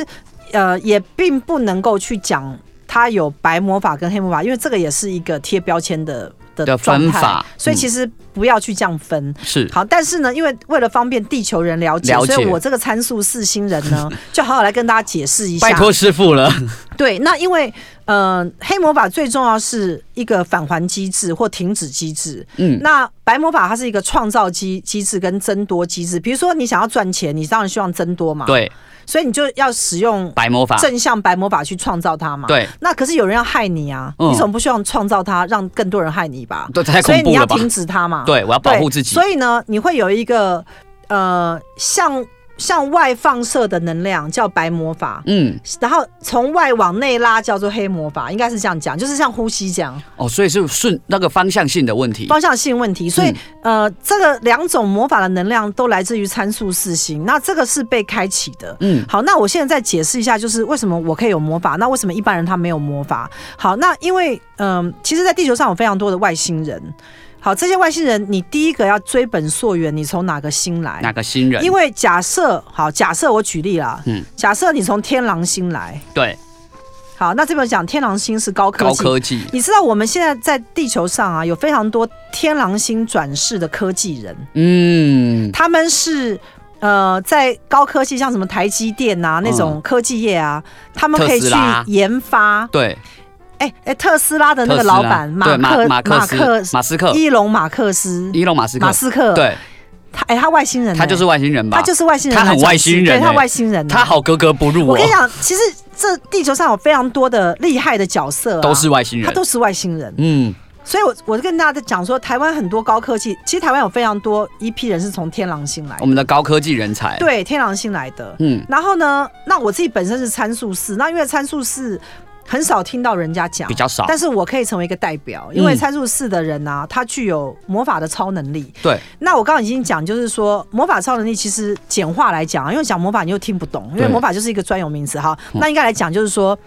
[SPEAKER 2] 呃也并不能够去讲它有白魔法跟黑魔法，因为这个也是一个贴标签的的
[SPEAKER 3] 的
[SPEAKER 2] 状
[SPEAKER 3] 分
[SPEAKER 2] 态
[SPEAKER 3] 法
[SPEAKER 2] 所以
[SPEAKER 3] 嗯
[SPEAKER 2] 其实不要去这样分。
[SPEAKER 3] 是
[SPEAKER 2] 好，但是呢，因为为了方便地球人了解，
[SPEAKER 3] 了解
[SPEAKER 2] 所以我这个参数四星人
[SPEAKER 3] [LAUGHS]
[SPEAKER 2] 呢，就好好来跟大家解释一下。
[SPEAKER 3] 拜托师傅了，
[SPEAKER 2] 对，那因为呃，黑魔法最重要是一个返还机制或停止机制。
[SPEAKER 3] 嗯，
[SPEAKER 2] 那白魔法它是一个创造机机制跟增多机制，比如说你想要赚钱，你当然希望增多嘛，，
[SPEAKER 3] 对，
[SPEAKER 2] 所以你就要使用
[SPEAKER 3] 白魔法，
[SPEAKER 2] 正向白魔法去创造它嘛。，
[SPEAKER 3] 对，
[SPEAKER 2] 那可是有人要害你啊，
[SPEAKER 3] 嗯
[SPEAKER 2] 你总不希望创造它让更多人害你吧？
[SPEAKER 3] 对，太
[SPEAKER 2] 所
[SPEAKER 3] 恐
[SPEAKER 2] 以你
[SPEAKER 3] 怖
[SPEAKER 2] 要
[SPEAKER 3] 了吧？
[SPEAKER 2] 停止它嘛。
[SPEAKER 3] 对，我要保
[SPEAKER 2] 对
[SPEAKER 3] 护自己，
[SPEAKER 2] 所以呢，你会有一个呃向向外放射的能量叫白魔法。
[SPEAKER 3] 嗯，
[SPEAKER 2] 然后从外往内拉叫做黑魔法，应该是这样讲，就是像呼吸这样
[SPEAKER 3] 哦，所以是顺那个方向性的问题，
[SPEAKER 2] 方向性问
[SPEAKER 3] 嗯
[SPEAKER 2] 题。所以、呃，这个两种魔法的能量都来自于参数四星，那这个是被开启的。
[SPEAKER 3] 嗯，
[SPEAKER 2] 好，那我现在再解释一下，就是为什么我可以有魔法，那为什么一般人他没有魔法？好，那因为嗯、其实，在地球上有非常多的外星人。好，这些外星人，你第一个要追本溯源，你从哪个星来？
[SPEAKER 3] 哪个新人？
[SPEAKER 2] 因为假设好，假设我举例啦，
[SPEAKER 3] 嗯
[SPEAKER 2] 假设你从天狼星来，
[SPEAKER 3] 对
[SPEAKER 2] 好，那这边讲天狼星是高科
[SPEAKER 3] 高
[SPEAKER 2] 技。
[SPEAKER 3] 科技，
[SPEAKER 2] 你知道我们现在在地球上啊，有非常多天狼星转世的科技人，
[SPEAKER 3] 嗯，
[SPEAKER 2] 他们是呃在高科技，像什么台积电啊那种科技业啊，他们可以
[SPEAKER 3] 嗯特斯
[SPEAKER 2] 去
[SPEAKER 3] 拉
[SPEAKER 2] 研发。
[SPEAKER 3] 对，
[SPEAKER 2] 哎哎，特斯拉的那
[SPEAKER 3] 特
[SPEAKER 2] 个
[SPEAKER 3] 斯拉
[SPEAKER 2] 老板
[SPEAKER 3] 对
[SPEAKER 2] 马
[SPEAKER 3] 马
[SPEAKER 2] 克
[SPEAKER 3] 马克斯马斯克，
[SPEAKER 2] 伊隆马克斯
[SPEAKER 3] 伊隆马斯克
[SPEAKER 2] 马，斯克，
[SPEAKER 3] 对
[SPEAKER 2] 他哎他外星人欸，
[SPEAKER 3] 他就是外星人吧？
[SPEAKER 2] 他就是外星人
[SPEAKER 3] 他
[SPEAKER 2] 来转
[SPEAKER 3] 很
[SPEAKER 2] 世，
[SPEAKER 3] 外星人
[SPEAKER 2] 对他
[SPEAKER 3] 欸
[SPEAKER 2] 外星人欸，
[SPEAKER 3] 他好格格不入
[SPEAKER 2] 我
[SPEAKER 3] 哦
[SPEAKER 2] 跟你，讲，其实这地球上有非常多的厉害的角色、啊，
[SPEAKER 3] 都是外星
[SPEAKER 2] 他
[SPEAKER 3] 人，
[SPEAKER 2] 都是外星人。
[SPEAKER 3] 嗯，
[SPEAKER 2] 所以我，我就跟大家讲说，台湾很多高科技，其实台湾有非常多一批人是从天狼星来
[SPEAKER 3] 我
[SPEAKER 2] 的，
[SPEAKER 3] 们的高科技人才，，
[SPEAKER 2] 对，天狼星来的。
[SPEAKER 3] 哦嗯，
[SPEAKER 2] 然后呢，那我自己本身是参数四，那因为参数四很少听到人家讲
[SPEAKER 3] 比。较少，
[SPEAKER 2] 啊但是我可以成为一个代表，因为
[SPEAKER 3] 嗯
[SPEAKER 2] 参数四的人呢、他具有魔法的超能力。
[SPEAKER 3] 对，
[SPEAKER 2] 那我刚刚已经讲，就是说魔法超能力其实简化来讲啊，因为讲魔法你又听不懂，因为
[SPEAKER 3] 对
[SPEAKER 2] 魔法就是一个专有名词哈。
[SPEAKER 3] 嗯
[SPEAKER 2] 那应该来讲就是说，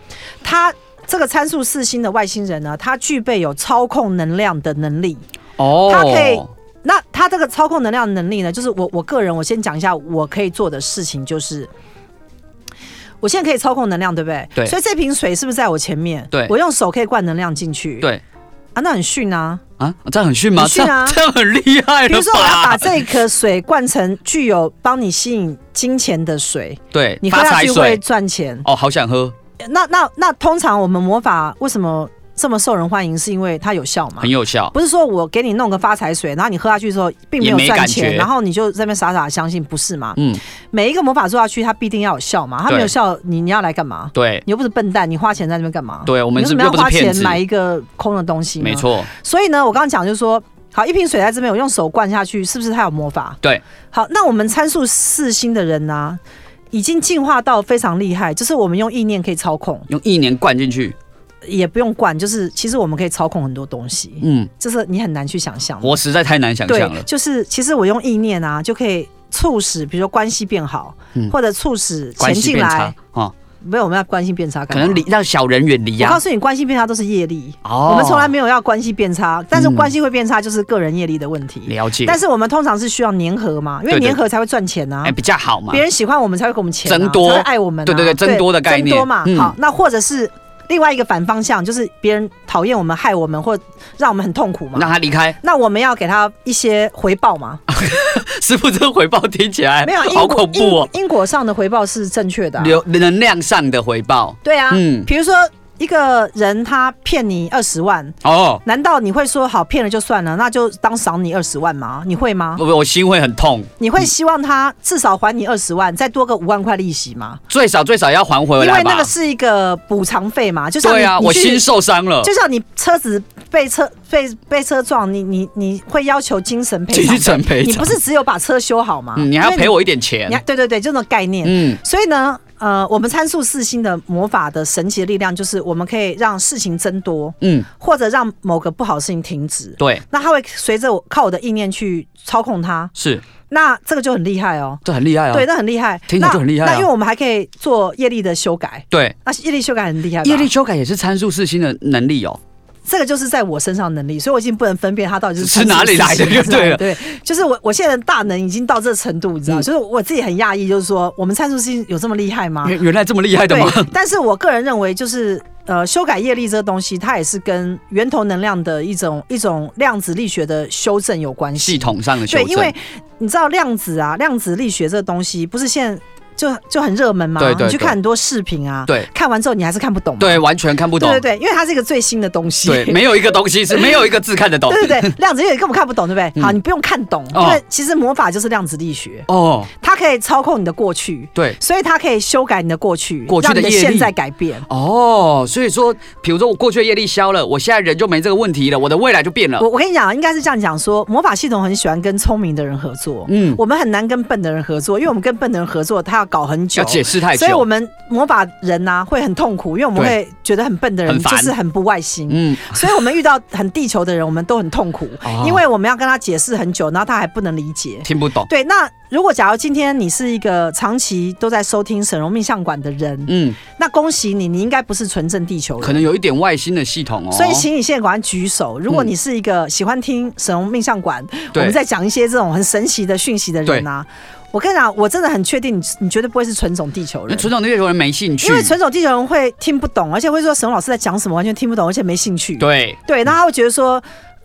[SPEAKER 2] 他这个参数四星的外星人呢，他具备有操控能量的能力。
[SPEAKER 3] 哦，
[SPEAKER 2] 他可以那他这个操控能量的能力呢，就是我我个人我先讲一下我可以做的事情，就是我现在可以操控能量，对不对？
[SPEAKER 3] 对
[SPEAKER 2] 所以这瓶水是不是在我前面？
[SPEAKER 3] 对
[SPEAKER 2] 我用手可以灌能量进去。
[SPEAKER 3] 对
[SPEAKER 2] 啊，那很逊啊。
[SPEAKER 3] 啊，这样很逊吗？
[SPEAKER 2] 很逊啊
[SPEAKER 3] 这样这样很厉害
[SPEAKER 2] 比
[SPEAKER 3] 了
[SPEAKER 2] 如说，我要把
[SPEAKER 3] 吧？
[SPEAKER 2] 这一颗水灌成具有帮你吸引金钱的水，
[SPEAKER 3] 对
[SPEAKER 2] 你，喝
[SPEAKER 3] [LAUGHS] 发
[SPEAKER 2] 下
[SPEAKER 3] 财
[SPEAKER 2] 去会
[SPEAKER 3] 水，
[SPEAKER 2] 赚钱。
[SPEAKER 3] 哦，好想喝，
[SPEAKER 2] 那那那，通常我们魔法为什么这么受人欢迎？是因为它有效嘛
[SPEAKER 3] 很？有效，
[SPEAKER 2] 不是说我给你弄个发财水，然后你喝下去之后并没有
[SPEAKER 3] 也没
[SPEAKER 2] 赚
[SPEAKER 3] 感
[SPEAKER 2] 钱，
[SPEAKER 3] 觉
[SPEAKER 2] 然后你就在那边傻傻地相信，不是吗？
[SPEAKER 3] 嗯，
[SPEAKER 2] 每一个魔法做下去，它必定要有效嘛，它没有
[SPEAKER 3] 对
[SPEAKER 2] 效，你你要来干嘛？
[SPEAKER 3] 对
[SPEAKER 2] 你又不是笨蛋，你花钱在那边干嘛？
[SPEAKER 3] 对，我
[SPEAKER 2] 我
[SPEAKER 3] 们是
[SPEAKER 2] 为什么
[SPEAKER 3] 又
[SPEAKER 2] 要
[SPEAKER 3] 不是
[SPEAKER 2] 花
[SPEAKER 3] 骗
[SPEAKER 2] 钱
[SPEAKER 3] 子，
[SPEAKER 2] 买一啊个空的东西？
[SPEAKER 3] 没。错，
[SPEAKER 2] 所以呢，我刚刚讲就是说，好，一瓶水在这边，我用手灌下去，是不是它有魔法？
[SPEAKER 3] 对。
[SPEAKER 2] 好，那我们参数四星的人呢、已经进化到非常厉害，就是我们用意念可以操控，
[SPEAKER 3] 用意念灌进去，
[SPEAKER 2] 也不用灌，就是其实我们可以操控很多东西，
[SPEAKER 3] 嗯，
[SPEAKER 2] 就是你很难去想象。
[SPEAKER 3] 我实在太难想象
[SPEAKER 2] 对，
[SPEAKER 3] 了，
[SPEAKER 2] 就是其实我用意念啊，就可以促使，比如说关系变好，
[SPEAKER 3] 嗯
[SPEAKER 2] 或者促使
[SPEAKER 3] 关
[SPEAKER 2] 钱
[SPEAKER 3] 系
[SPEAKER 2] 进
[SPEAKER 3] 变差
[SPEAKER 2] 来。
[SPEAKER 3] 哦，
[SPEAKER 2] 没有，我们要关系变差干
[SPEAKER 3] 可
[SPEAKER 2] 嘛，
[SPEAKER 3] 能离让小人远离
[SPEAKER 2] 我
[SPEAKER 3] 呀
[SPEAKER 2] 告，诉你，关系变差都是业力。
[SPEAKER 3] 哦
[SPEAKER 2] 我们从来没有要关系变差，但是
[SPEAKER 3] 嗯
[SPEAKER 2] 关系会变差就是个人业力的问题。
[SPEAKER 3] 了解，
[SPEAKER 2] 但是我们通常是需要粘合嘛，因为
[SPEAKER 3] 对对
[SPEAKER 2] 粘合才会赚钱啊
[SPEAKER 3] 哎，。比较好嘛
[SPEAKER 2] 别，人喜欢我们才会给我们钱、啊，
[SPEAKER 3] 增多
[SPEAKER 2] 才会爱我们、啊。
[SPEAKER 3] 对对对增多的概念
[SPEAKER 2] 增多嘛。
[SPEAKER 3] 嗯
[SPEAKER 2] 好，那或者是另外一个反方向，就是别人讨厌我们、害我们，或让我们很痛苦嘛。
[SPEAKER 3] 让他离开，
[SPEAKER 2] [LAUGHS] 那我们要给他一些回报嘛？
[SPEAKER 3] 师傅这个回报听起来
[SPEAKER 2] 没有啊，因
[SPEAKER 3] 啊好
[SPEAKER 2] 果
[SPEAKER 3] 恐怖哦，
[SPEAKER 2] 因因果上的回报是正确的啊、
[SPEAKER 3] 流能量上的回报，
[SPEAKER 2] 对啊，
[SPEAKER 3] 嗯
[SPEAKER 2] 比如说一个人他骗你二十万，
[SPEAKER 3] 哦，
[SPEAKER 2] 难道你会说好骗了就算了，那就当赏你二十万吗？你会吗？
[SPEAKER 3] 我我心会很痛，
[SPEAKER 2] 你会希望他至少还你二十万，再多个五万块利息吗？
[SPEAKER 3] 最少最少要还
[SPEAKER 2] 因
[SPEAKER 3] 回来
[SPEAKER 2] 为那
[SPEAKER 3] 啊吧
[SPEAKER 2] 个。是一个补偿费嘛，就像你
[SPEAKER 3] 对啊，
[SPEAKER 2] 你
[SPEAKER 3] 我
[SPEAKER 2] 去
[SPEAKER 3] 心受伤了，
[SPEAKER 2] 就像你车子被车被被车撞，你你你会要求精神赔偿
[SPEAKER 3] 精
[SPEAKER 2] 费，
[SPEAKER 3] 神赔
[SPEAKER 2] 你
[SPEAKER 3] 偿
[SPEAKER 2] 不。是只有把车修好吗？
[SPEAKER 3] 嗯，你还要
[SPEAKER 2] 因为
[SPEAKER 3] 赔我一点
[SPEAKER 2] 你还
[SPEAKER 3] 钱。
[SPEAKER 2] 对对对，就那种概念。
[SPEAKER 3] 嗯，
[SPEAKER 2] 所以呢，呃，我们参数四星的魔法的神奇的力量，就是我们可以让事情增多，
[SPEAKER 3] 嗯，
[SPEAKER 2] 或者让某个不好的事情停止。
[SPEAKER 3] 对，
[SPEAKER 2] 那它会随着我靠我的意念去操控它，
[SPEAKER 3] 是，那
[SPEAKER 2] 那这个就很厉害哦。
[SPEAKER 3] 这很厉害啊。
[SPEAKER 2] 对，那很厉害，
[SPEAKER 3] 听起来
[SPEAKER 2] 那
[SPEAKER 3] 就很厉害啊
[SPEAKER 2] 那因为我们还可以做业力的修改，
[SPEAKER 3] 对
[SPEAKER 2] 那业力修改很厉害吧。
[SPEAKER 3] [LAUGHS] 业力修改也是参数四星的能力哦。
[SPEAKER 2] 这个就是在我身上的能力，所以我已经不能分辨它到底是
[SPEAKER 3] 是哪里来的
[SPEAKER 2] 参数四星
[SPEAKER 3] 就对了
[SPEAKER 2] [LAUGHS] 对，就是我我现在的大能已经到这程度，你知道，
[SPEAKER 3] 嗯
[SPEAKER 2] 就是我自己很讶异，就是说我们参数四星有这么厉害吗？
[SPEAKER 3] 嗯原原来这么厉害的
[SPEAKER 2] 啊对
[SPEAKER 3] 吗？，
[SPEAKER 2] 但是我个人认为，就是呃修改业力这东西，它也是跟源头能量的一种一种量子力学的修正有关系。
[SPEAKER 3] 系统上的修
[SPEAKER 2] 对，
[SPEAKER 3] 正。
[SPEAKER 2] 因为你知道量子啊，量子力学这东西不是现在就就很热门嘛？
[SPEAKER 3] 对对
[SPEAKER 2] 你去
[SPEAKER 3] 对
[SPEAKER 2] 看很多视频啊，
[SPEAKER 3] 对
[SPEAKER 2] 看完之后你还是看不懂嘛。
[SPEAKER 3] 对完全看不懂，
[SPEAKER 2] 对对对，因为它是一个最新的东
[SPEAKER 3] [LAUGHS]
[SPEAKER 2] 西。
[SPEAKER 3] 对没有一个东西是没有一个字看得懂。
[SPEAKER 2] 对对对，量子力学根本看不懂，对不对？
[SPEAKER 3] 嗯
[SPEAKER 2] 好，你不用看懂，
[SPEAKER 3] 哦
[SPEAKER 2] 因为其实魔法就是量子力学，
[SPEAKER 3] [LAUGHS] 哦，
[SPEAKER 2] 它可以操控你的过去，
[SPEAKER 3] 对。
[SPEAKER 2] 所以它可以修改你的过去，
[SPEAKER 3] 过去的
[SPEAKER 2] 让你的
[SPEAKER 3] 业力
[SPEAKER 2] 现在改变。
[SPEAKER 3] 哦，所以说，比如说我过去的业力消了，我现在人就没这个问题了，我的未来就变了。
[SPEAKER 2] 我我跟你讲，应该是这样讲说，魔法系统很喜欢跟聪明的人合作，
[SPEAKER 3] 嗯，
[SPEAKER 2] 我们很难跟笨的人合作，因为我们跟笨的人合作，他要搞很久
[SPEAKER 3] 要。解释太久。
[SPEAKER 2] 所以，我们魔法人呐、会很痛苦，因为我们
[SPEAKER 3] 对
[SPEAKER 2] 会觉得很笨的人
[SPEAKER 3] 很烦
[SPEAKER 2] 就是很不外
[SPEAKER 3] [LAUGHS]
[SPEAKER 2] 星。
[SPEAKER 3] 嗯，
[SPEAKER 2] 所以我们遇到很地球的人，我们都很痛苦，
[SPEAKER 3] 哦
[SPEAKER 2] 因为我们要跟他解释很久，然后他还不能理解。
[SPEAKER 3] 听不懂。
[SPEAKER 2] 对，那如果假如今天你是一个长期都在收听沈荣命相馆的人，
[SPEAKER 3] 嗯，
[SPEAKER 2] 那恭喜你，你应该不是纯正地球
[SPEAKER 3] 可
[SPEAKER 2] 人。
[SPEAKER 3] 能有一点外星的系统哦。
[SPEAKER 2] 所以，请你现在赶快举手。如果你是一个喜欢听沈荣命相馆，我
[SPEAKER 3] 嗯对
[SPEAKER 2] 们在讲一些这种很神奇的讯息的人啊，我跟你讲，我真的很确定你，你绝对不会是纯种地球
[SPEAKER 3] 那
[SPEAKER 2] 人。
[SPEAKER 3] 纯种的月球人没兴趣，
[SPEAKER 2] 因为纯种地球人会听不懂，而且会说沈荣老师在讲什么，完全听不懂，而且没兴趣。
[SPEAKER 3] 对，
[SPEAKER 2] 对，那他会觉得说，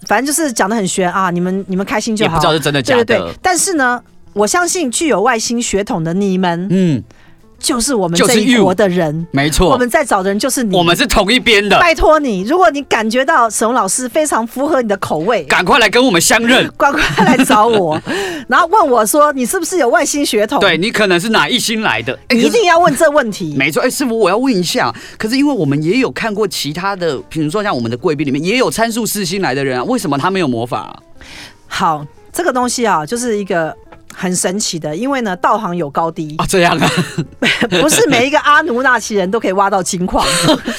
[SPEAKER 2] 反正就是讲的很玄啊，你们你们开心就
[SPEAKER 3] 也
[SPEAKER 2] 好。
[SPEAKER 3] 不知道是真的假
[SPEAKER 2] 对
[SPEAKER 3] 的。
[SPEAKER 2] 对对，但是呢，我相信具有外星血统的你们，
[SPEAKER 3] 嗯，
[SPEAKER 2] 就是我们
[SPEAKER 3] 就是
[SPEAKER 2] 这一
[SPEAKER 3] you
[SPEAKER 2] 国的人，
[SPEAKER 3] 没
[SPEAKER 2] 我
[SPEAKER 3] 错，
[SPEAKER 2] 们在找的人就是你。
[SPEAKER 3] 我们是同一边的，
[SPEAKER 2] 拜托你，如果你感觉到沈龙老师非常符合你的口味，
[SPEAKER 3] 赶快来跟我们相认。
[SPEAKER 2] 乖乖来
[SPEAKER 3] [LAUGHS]
[SPEAKER 2] 找我，然后问我说你是不是有外星血统？
[SPEAKER 3] 对，你可能是哪一星来的？哎
[SPEAKER 2] 你一
[SPEAKER 3] 可是
[SPEAKER 2] 定要问这问题。
[SPEAKER 3] 没错，哎、师傅，我要问一下，可是因为我们也有看过其他的，比如说像我们的贵宾里面也有参数四星来的人啊，为什么他没有魔法、啊？
[SPEAKER 2] 好，这个东西啊，就是一个。很神奇的，因为呢，道行有
[SPEAKER 3] [LAUGHS]
[SPEAKER 2] 高低，
[SPEAKER 3] 啊这样啊，
[SPEAKER 2] 不是每一个阿努纳奇人都可以挖到
[SPEAKER 3] [LAUGHS]
[SPEAKER 2] 金矿。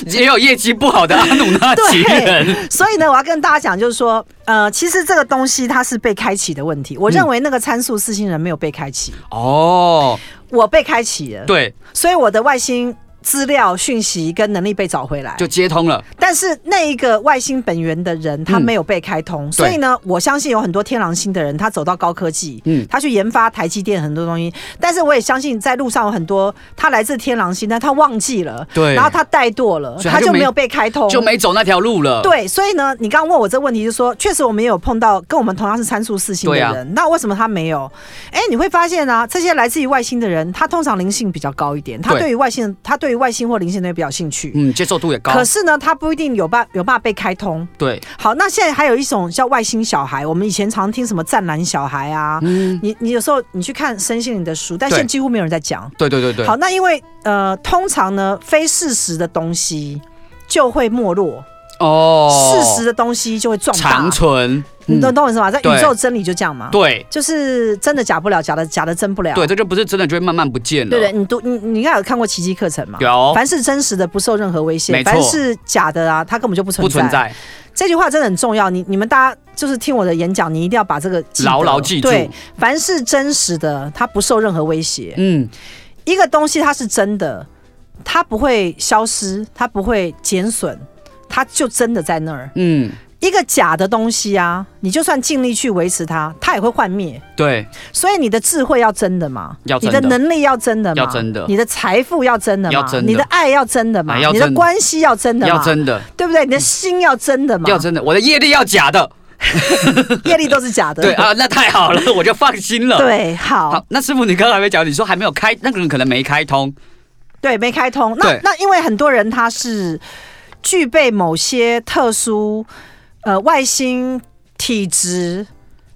[SPEAKER 3] 也有业绩不好的阿努纳奇人，
[SPEAKER 2] 所以呢，我要跟大家讲，就是说，呃，其实这个东西它是被开启的问
[SPEAKER 3] 嗯
[SPEAKER 2] 题。我认为那个参数四星人没有被开启，
[SPEAKER 3] [LAUGHS] 哦，
[SPEAKER 2] 我被开启了，
[SPEAKER 3] 对，
[SPEAKER 2] 所以我的外星资料、讯息跟能力被找回来。
[SPEAKER 3] 就接通了，
[SPEAKER 2] 但是那一个外星本源的人，他
[SPEAKER 3] 嗯
[SPEAKER 2] 没有被开通，所以呢，我相信有很多天狼星的人，他走到高科技，
[SPEAKER 3] 嗯
[SPEAKER 2] 他去研发台积电很多东西。但是我也相信，在路上有很多他来自天狼星，但他忘记了，
[SPEAKER 3] 对
[SPEAKER 2] 然后他怠惰了，
[SPEAKER 3] 所以他
[SPEAKER 2] 他
[SPEAKER 3] 就
[SPEAKER 2] 就
[SPEAKER 3] 没
[SPEAKER 2] 没有被开通，
[SPEAKER 3] 就没走那条路了。，
[SPEAKER 2] 哦对，所以呢，你刚刚问我这个问题，就是说，确实我们也有碰到跟我们同样是参数四星的
[SPEAKER 3] 对啊
[SPEAKER 2] 人，那为什么他没有？哎，你会发现啊，这些来自于外星的人，他通常灵性比较高一点，他
[SPEAKER 3] 对
[SPEAKER 2] 对于外星，他对于外星或灵性的比较有兴趣。
[SPEAKER 3] 嗯，接受度也高
[SPEAKER 2] 可。是呢，他不一定有办有办法被开通。
[SPEAKER 3] 对，
[SPEAKER 2] 好，那现在还有一种叫外星小孩，我们以前常听什么湛蓝小孩啊，
[SPEAKER 3] 嗯，
[SPEAKER 2] 你你有时候你去看身心灵的书，但
[SPEAKER 3] 对
[SPEAKER 2] 现在几乎没有人在讲。
[SPEAKER 3] 对对对对。
[SPEAKER 2] 好，那因为呃，通常呢，非事实的东西就会没落。
[SPEAKER 3] 哦，
[SPEAKER 2] 事实的东西就会壮大
[SPEAKER 3] 长。存，
[SPEAKER 2] 你懂
[SPEAKER 3] 嗯
[SPEAKER 2] 懂我意思吗？在宇
[SPEAKER 3] 对
[SPEAKER 2] 宙真理就这样嘛，
[SPEAKER 3] 对
[SPEAKER 2] 就是真的假不了，假的假的真不了。
[SPEAKER 3] 对，这就不是真的，就会慢慢不见了。
[SPEAKER 2] 对不对，你读你你应该有看过奇迹课程嘛？
[SPEAKER 3] 有
[SPEAKER 2] 凡是真实的不受任何威胁，
[SPEAKER 3] 没错
[SPEAKER 2] 凡是假的啊，它根本就不存
[SPEAKER 3] 不
[SPEAKER 2] 在。
[SPEAKER 3] 存在？
[SPEAKER 2] 这句话真的很重要，你你们大家就是听我的演讲，你一定要把这个记得
[SPEAKER 3] 牢牢记住
[SPEAKER 2] 对，凡是真实的，它不受任何威胁。
[SPEAKER 3] 嗯，
[SPEAKER 2] 一个东西它是真的，它不会消失，它不会减损，它就真的在那儿。
[SPEAKER 3] 嗯，
[SPEAKER 2] 一个假的东西啊，你就算尽力去维持它，它也会幻灭。
[SPEAKER 3] 对，
[SPEAKER 2] 所以你的智慧要真的嘛，
[SPEAKER 3] 要真
[SPEAKER 2] 你
[SPEAKER 3] 的
[SPEAKER 2] 的能力要真的嘛，
[SPEAKER 3] 要真的
[SPEAKER 2] 你的财富要真的嘛，
[SPEAKER 3] 要真的
[SPEAKER 2] 你的爱要真的嘛，
[SPEAKER 3] 哎要
[SPEAKER 2] 你
[SPEAKER 3] 真
[SPEAKER 2] 的
[SPEAKER 3] 的
[SPEAKER 2] 关系要真的嘛，
[SPEAKER 3] 要真的，
[SPEAKER 2] 对不对？你的心要真的嘛，
[SPEAKER 3] 要真的，我的业力要假的。
[SPEAKER 2] 业力都是假的。
[SPEAKER 3] 对啊，那太好了， [LAUGHS] 我就放心了。
[SPEAKER 2] 对好，
[SPEAKER 3] 好，那师傅，你刚才没讲，你说还没有开，那个人可能没开通，
[SPEAKER 2] 对，没开通。那
[SPEAKER 3] 对
[SPEAKER 2] 那因为很多人他是具备某些特殊呃外星体质。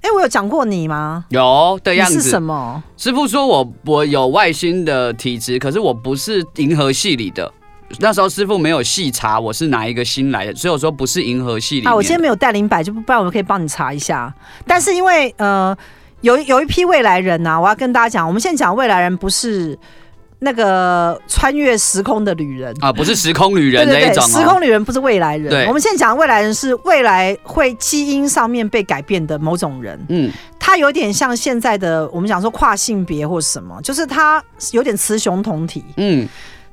[SPEAKER 2] 哎，我有讲过你吗？
[SPEAKER 3] 有的
[SPEAKER 2] 你
[SPEAKER 3] 样
[SPEAKER 2] 是什
[SPEAKER 3] 子。
[SPEAKER 2] 么？
[SPEAKER 3] 师傅说我我有外星的体质，可是我不是银河系里的。那时候师傅没有细查我是哪一个星来的，所以我说不是银河系里面。
[SPEAKER 2] 啊，我今天没有带零百，就不不然我可以帮你查一下。但是因为呃，有有一批未来人呐、我要跟大家讲，我们现在讲未来人不是那个穿越时空的旅人。
[SPEAKER 3] 啊，不是时空旅
[SPEAKER 2] 对
[SPEAKER 3] 人的
[SPEAKER 2] 对
[SPEAKER 3] 一
[SPEAKER 2] 对，
[SPEAKER 3] 种
[SPEAKER 2] 时
[SPEAKER 3] 哦。
[SPEAKER 2] 空旅人不是未来人。
[SPEAKER 3] 对
[SPEAKER 2] 我们现在讲的未来人是未来会基因上面被改变的某种人，
[SPEAKER 3] 嗯，
[SPEAKER 2] 他有点像现在的我们讲说跨性别或什么，就是他有点雌雄同体。
[SPEAKER 3] 嗯，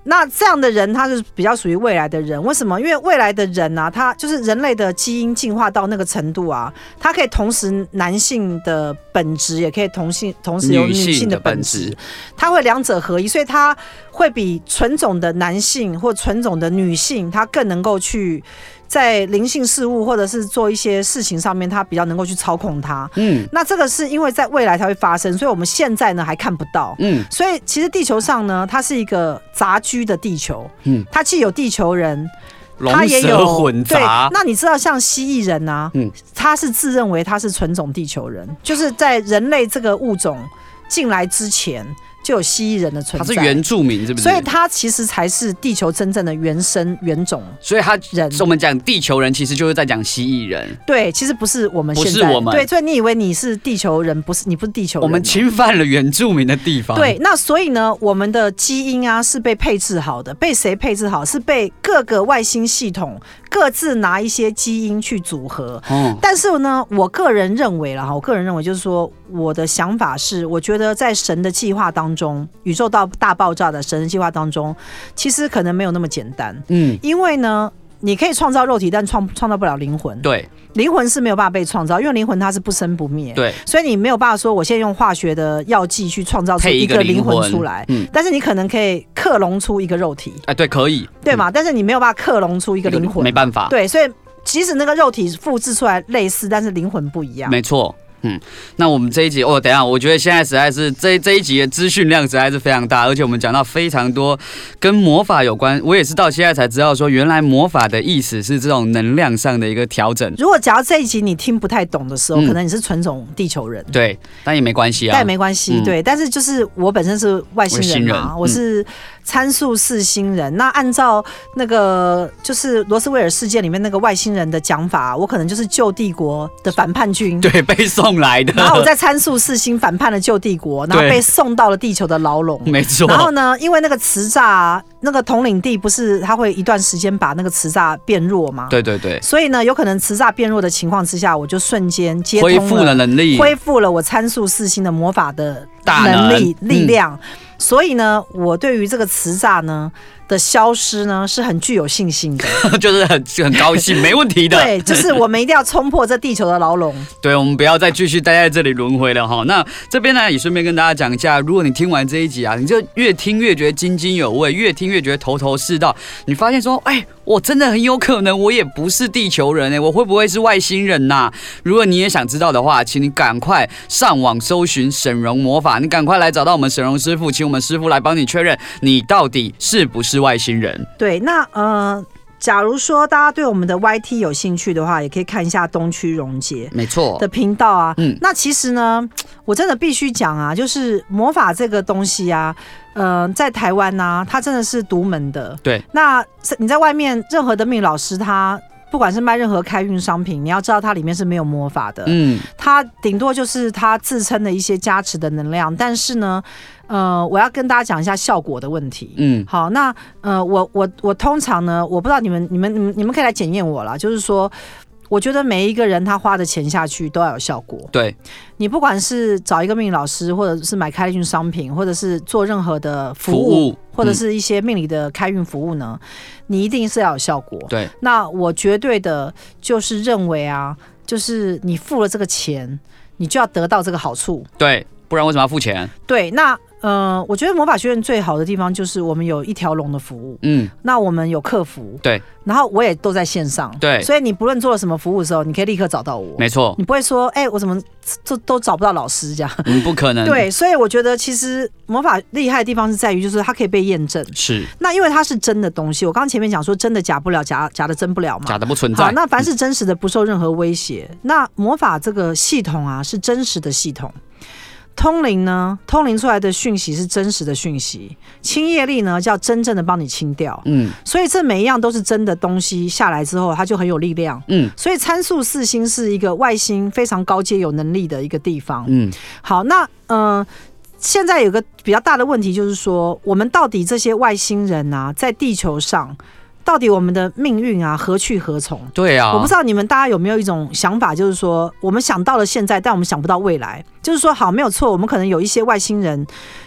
[SPEAKER 2] 那这样的人，他就是比较属于未来的人。为什么？因为未来的人啊，他就是人类的基因进化到那个程度啊，他可以同时男性的本质，也可以同性同时有女性的本质，他会两者合一，所以他会比纯种的男性或纯种的女性，他更能够去在灵性事物或者是做一些事情上面，他比较能够去操控它。
[SPEAKER 3] 嗯
[SPEAKER 2] 那这个是因为在未来才会发生，所以我们现在呢还看不到。
[SPEAKER 3] 嗯
[SPEAKER 2] 所以其实地球上呢，它是一个杂居的地球，
[SPEAKER 3] 嗯，
[SPEAKER 2] 它既有地球人，它
[SPEAKER 3] 龙
[SPEAKER 2] 也
[SPEAKER 3] 蛇
[SPEAKER 2] 有
[SPEAKER 3] 混
[SPEAKER 2] 对
[SPEAKER 3] 杂，，
[SPEAKER 2] 那你知道像蜥蜴人啊，
[SPEAKER 3] 嗯
[SPEAKER 2] 他是自认为他是纯种地球人，就是在人类这个物种进来之前就有蜥蜴人的存
[SPEAKER 3] 它
[SPEAKER 2] 在，
[SPEAKER 3] 是原住民，是不是？
[SPEAKER 2] 所以它其实才是地球真正的原生原种。
[SPEAKER 3] 所以他
[SPEAKER 2] 人
[SPEAKER 3] 我们讲地球人，其实就是在讲蜥蜴人。
[SPEAKER 2] 对，其实不是我们
[SPEAKER 3] 不
[SPEAKER 2] 现
[SPEAKER 3] 是
[SPEAKER 2] 在，
[SPEAKER 3] 我们
[SPEAKER 2] 对，所以你以为你是地球人，不是你不是地球人，
[SPEAKER 3] 我们侵犯了原住民的地方。
[SPEAKER 2] 哦对，，那所以呢，我们的基因啊是被配置好的，被谁配置好？是被各个外星系统各自拿一些基因去组合。
[SPEAKER 3] 哦，
[SPEAKER 2] 但是呢，我个人认为啦，哈，我个人认为就是说，我的想法是，我觉得在神的计划当中，宇宙到大爆炸的神的计划当中，其实可能没有那么简单，
[SPEAKER 3] 嗯，
[SPEAKER 2] 因为呢。你可以创造肉体，但创创造不了灵魂。
[SPEAKER 3] 对
[SPEAKER 2] 灵魂是没有办法被创造，因为灵魂它是不生不灭。
[SPEAKER 3] 对，
[SPEAKER 2] 所以你没有办法说我现在用化学的药剂去创造出
[SPEAKER 3] 配
[SPEAKER 2] 一
[SPEAKER 3] 一
[SPEAKER 2] 个
[SPEAKER 3] 个
[SPEAKER 2] 灵
[SPEAKER 3] 灵
[SPEAKER 2] 魂
[SPEAKER 3] 魂
[SPEAKER 2] 出来，
[SPEAKER 3] 嗯，
[SPEAKER 2] 但是你可能可以克隆出一个肉体，
[SPEAKER 3] 哎，对，可以，
[SPEAKER 2] 对吗？但是你没有办法克隆出一
[SPEAKER 3] 一
[SPEAKER 2] 个灵魂，
[SPEAKER 3] 没办法，
[SPEAKER 2] 对，所以即使那个肉体复制出来类似，但是灵魂不一样。
[SPEAKER 3] 没错。嗯，那我们这一集哦，等一下，我觉得现在实在是这这一集的资讯量实在是非常大，而且我们讲到非常多跟魔法有关，我也是到现在才知道说，原来魔法的意思是这种能量上的一个调整，
[SPEAKER 2] 如果假如这一集你听不太懂的时候，
[SPEAKER 3] 嗯
[SPEAKER 2] 可能你是纯种地球人，
[SPEAKER 3] 对，但也没关系
[SPEAKER 2] 但也
[SPEAKER 3] 啊，
[SPEAKER 2] 没关系，
[SPEAKER 3] 嗯
[SPEAKER 2] 对。但是就是我本身是外星人嘛，我
[SPEAKER 3] 外星
[SPEAKER 2] 是参数四星人。那按照那个就是罗斯威尔事件里面那个外星人的讲法，我可能就是旧帝国的反叛军。
[SPEAKER 3] [LAUGHS] 对，被送来 [LAUGHS] 的，
[SPEAKER 2] 然后我在参数四星反叛了旧帝国，然后
[SPEAKER 3] 对
[SPEAKER 2] 被送到了地球的
[SPEAKER 3] [LAUGHS]
[SPEAKER 2] 牢笼。
[SPEAKER 3] 没错，
[SPEAKER 2] 然后呢，因为那个磁栅啊，那个统领地不是它会一段时间把那个磁栅变弱吗？。
[SPEAKER 3] 对对对，
[SPEAKER 2] 所以呢，有可能磁栅变弱的情况之下，我就瞬间接通
[SPEAKER 3] 恢复了能力，
[SPEAKER 2] 恢复了我参数四星的魔法的
[SPEAKER 3] 大
[SPEAKER 2] 能
[SPEAKER 3] 能
[SPEAKER 2] 力
[SPEAKER 3] 嗯
[SPEAKER 2] 力量。所以呢，我对于这个磁栅呢的消失呢是很具有信
[SPEAKER 3] [LAUGHS]
[SPEAKER 2] 心的。
[SPEAKER 3] [LAUGHS] 就是很很高
[SPEAKER 2] [LAUGHS]
[SPEAKER 3] 兴，没问题的，
[SPEAKER 2] 对，就是我们一定要冲破这地球的牢笼。
[SPEAKER 3] 对，我们不要再继续待在这里轮回了哈。那这边呢，也顺便跟大家讲一下，如果你听完这一集啊，你就越听越觉得津津有味，越听越觉得头头是道，你发现说，哎，我真的很有可能我也不是地球人哎、我会不会是外星人呐、如果你也想知道的话，请你赶快上网搜寻沈荣魔法，你赶快来找到我们沈荣师傅，请我们师傅来帮你确认你到底是不是外星人。
[SPEAKER 2] 对，那呃，假如说大家对我们的 YT 有兴趣的话，也可以看一下东区溶解。
[SPEAKER 3] 没错
[SPEAKER 2] 的，频道啊，
[SPEAKER 3] 哦嗯
[SPEAKER 2] 那其实呢，我真的必须讲啊，就是魔法这个东西啊，呃，在台湾呐、它真的是独门的。
[SPEAKER 3] 对，
[SPEAKER 2] 那在你在外面任何的命理老师他。不管是卖任何开运商品，你要知道它里面是没有魔法的，
[SPEAKER 3] 嗯，
[SPEAKER 2] 它顶多就是它自称的一些加持的能量。但是呢，呃，我要跟大家讲一下效果的问题。
[SPEAKER 3] 嗯，
[SPEAKER 2] 好，那呃，我我我通常呢，我不知道你们你们你们你们可以来检验我啦，就是说，我觉得每一个人他花的钱下去都要有效果。
[SPEAKER 3] 对，
[SPEAKER 2] 你不管是找一个命理老师，或者是买开运商品，或者是做任何的服
[SPEAKER 3] 服
[SPEAKER 2] 务，
[SPEAKER 3] 务
[SPEAKER 2] 或者、是一些命理的开运服务呢，你一定是要有效果
[SPEAKER 3] 嗯、。对，
[SPEAKER 2] 那我绝对的就是认为啊，就是你付了这个钱，你就要得到这个好处。
[SPEAKER 3] 对，不然为什么要付钱？
[SPEAKER 2] 对，那呃，我觉得魔法学院最好的地方就是我们有一条龙的服务。
[SPEAKER 3] 嗯。
[SPEAKER 2] 那我们有客服，
[SPEAKER 3] 对，
[SPEAKER 2] 然后我也都在线上，
[SPEAKER 3] 对
[SPEAKER 2] 所以你不论做了什么服务的时候，你可以立刻找到我，
[SPEAKER 3] 没
[SPEAKER 2] [LAUGHS]
[SPEAKER 3] 错，
[SPEAKER 2] 你不会说，哎、我怎么都都找不到老师这样？
[SPEAKER 3] 嗯，不可能。，
[SPEAKER 2] 对，所以我觉得其实魔法厉害的地方是在于，就是它可以被验证。
[SPEAKER 3] 是
[SPEAKER 2] 那因为它是真的东西，我刚刚前面讲说真的假不了，假假的真不了嘛。
[SPEAKER 3] 假的不存
[SPEAKER 2] 好
[SPEAKER 3] 在，。
[SPEAKER 2] 那凡是真实的，不受任何威胁。那魔法这个系统啊，是真实的系统。通灵呢，通灵出来的讯息是真实的讯息。清业力呢，叫真正的帮你清掉。
[SPEAKER 3] 嗯
[SPEAKER 2] 所以这每一样都是真的东西下来之后，它就很有力量。
[SPEAKER 3] 嗯
[SPEAKER 2] 所以参数四星是一个外星非常高阶有能力的一个地方。
[SPEAKER 3] 嗯，
[SPEAKER 2] 好，那呃，现在有个比较大的问题就是说，我们到底这些外星人啊，在地球上，到底我们的命运啊，何去何从？
[SPEAKER 3] 对啊，
[SPEAKER 2] 我不知道你们大家有没有一种想法，就是说我们想到了现在，但我们想不到未来。就是说，好，没有错，我们可能有一些外星人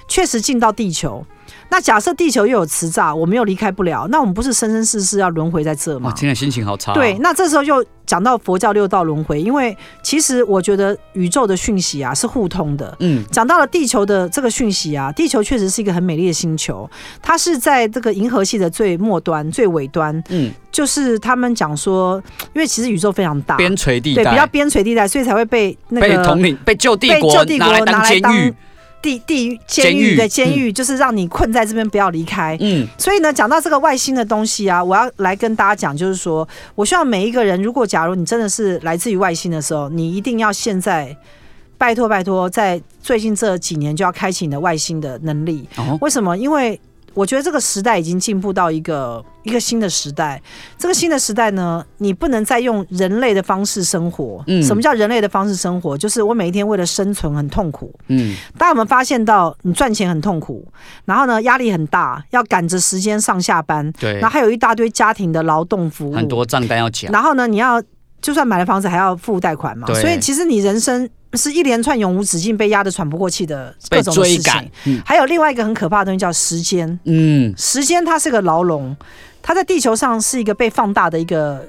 [SPEAKER 2] 确实进到地球，那假设地球又有磁栅，我们又离开不了，那我们不是生生世世要轮回在这
[SPEAKER 3] 哇，
[SPEAKER 2] 吗？
[SPEAKER 3] 听了心情好差、哦。
[SPEAKER 2] 对，，那这时候就讲到佛教六道轮回，因为其实我觉得宇宙的讯息啊是互通的，
[SPEAKER 3] 嗯，
[SPEAKER 2] 讲到了地球的这个讯息啊，地球确实是一个很美丽的星球，它是在这个银河系的最末端、最尾端。
[SPEAKER 3] 嗯，
[SPEAKER 2] 就是他们讲说，因为其实宇宙非常大，
[SPEAKER 3] 边陲地带，
[SPEAKER 2] 啊对比较边陲地带，所以才会被那
[SPEAKER 3] 被
[SPEAKER 2] 个
[SPEAKER 3] 统领被旧帝
[SPEAKER 2] 被
[SPEAKER 3] 国
[SPEAKER 2] 旧帝国
[SPEAKER 3] 拿来
[SPEAKER 2] 拿
[SPEAKER 3] 当
[SPEAKER 2] 来
[SPEAKER 3] 监
[SPEAKER 2] 当
[SPEAKER 3] 狱。
[SPEAKER 2] 地地狱监
[SPEAKER 3] 监
[SPEAKER 2] 狱
[SPEAKER 3] 狱
[SPEAKER 2] 的监狱，就是让你困在这边不要离开。
[SPEAKER 3] 嗯，
[SPEAKER 2] 所以呢，讲到这个外星的东西啊，我要来跟大家讲，就是说我希望每一个人，如果假如你真的是来自于外星的时候，你一定要现在，拜托拜托，在最近这几年就要开启你的外星的能力。
[SPEAKER 3] 哦，
[SPEAKER 2] 为什么？因为我觉得这个时代已经进步到一个一个新的时代。这个新的时代呢，你不能再用人类的方式生活。
[SPEAKER 3] 嗯
[SPEAKER 2] 什么叫人类的方式生活？就是我每一天为了生存很痛苦。
[SPEAKER 3] 嗯，
[SPEAKER 2] 大家有没有发现到，你赚钱很痛苦，然后呢压力很大，要赶着时间上下班，
[SPEAKER 3] 对
[SPEAKER 2] 然后，还有一大堆家庭的劳动服务，
[SPEAKER 3] 很多账单要缴。
[SPEAKER 2] 然后呢，你要就算买了房子还要付贷款嘛，
[SPEAKER 3] 对
[SPEAKER 2] 所以其实你人生是一连串永无止境被压得喘不过气的各
[SPEAKER 3] 被
[SPEAKER 2] 种的
[SPEAKER 3] 追
[SPEAKER 2] 事
[SPEAKER 3] 赶
[SPEAKER 2] 情。，还有另外一个很可怕的东西叫时间，
[SPEAKER 3] 嗯，
[SPEAKER 2] 时间它是个牢笼，它在地球上是一个被放大的一个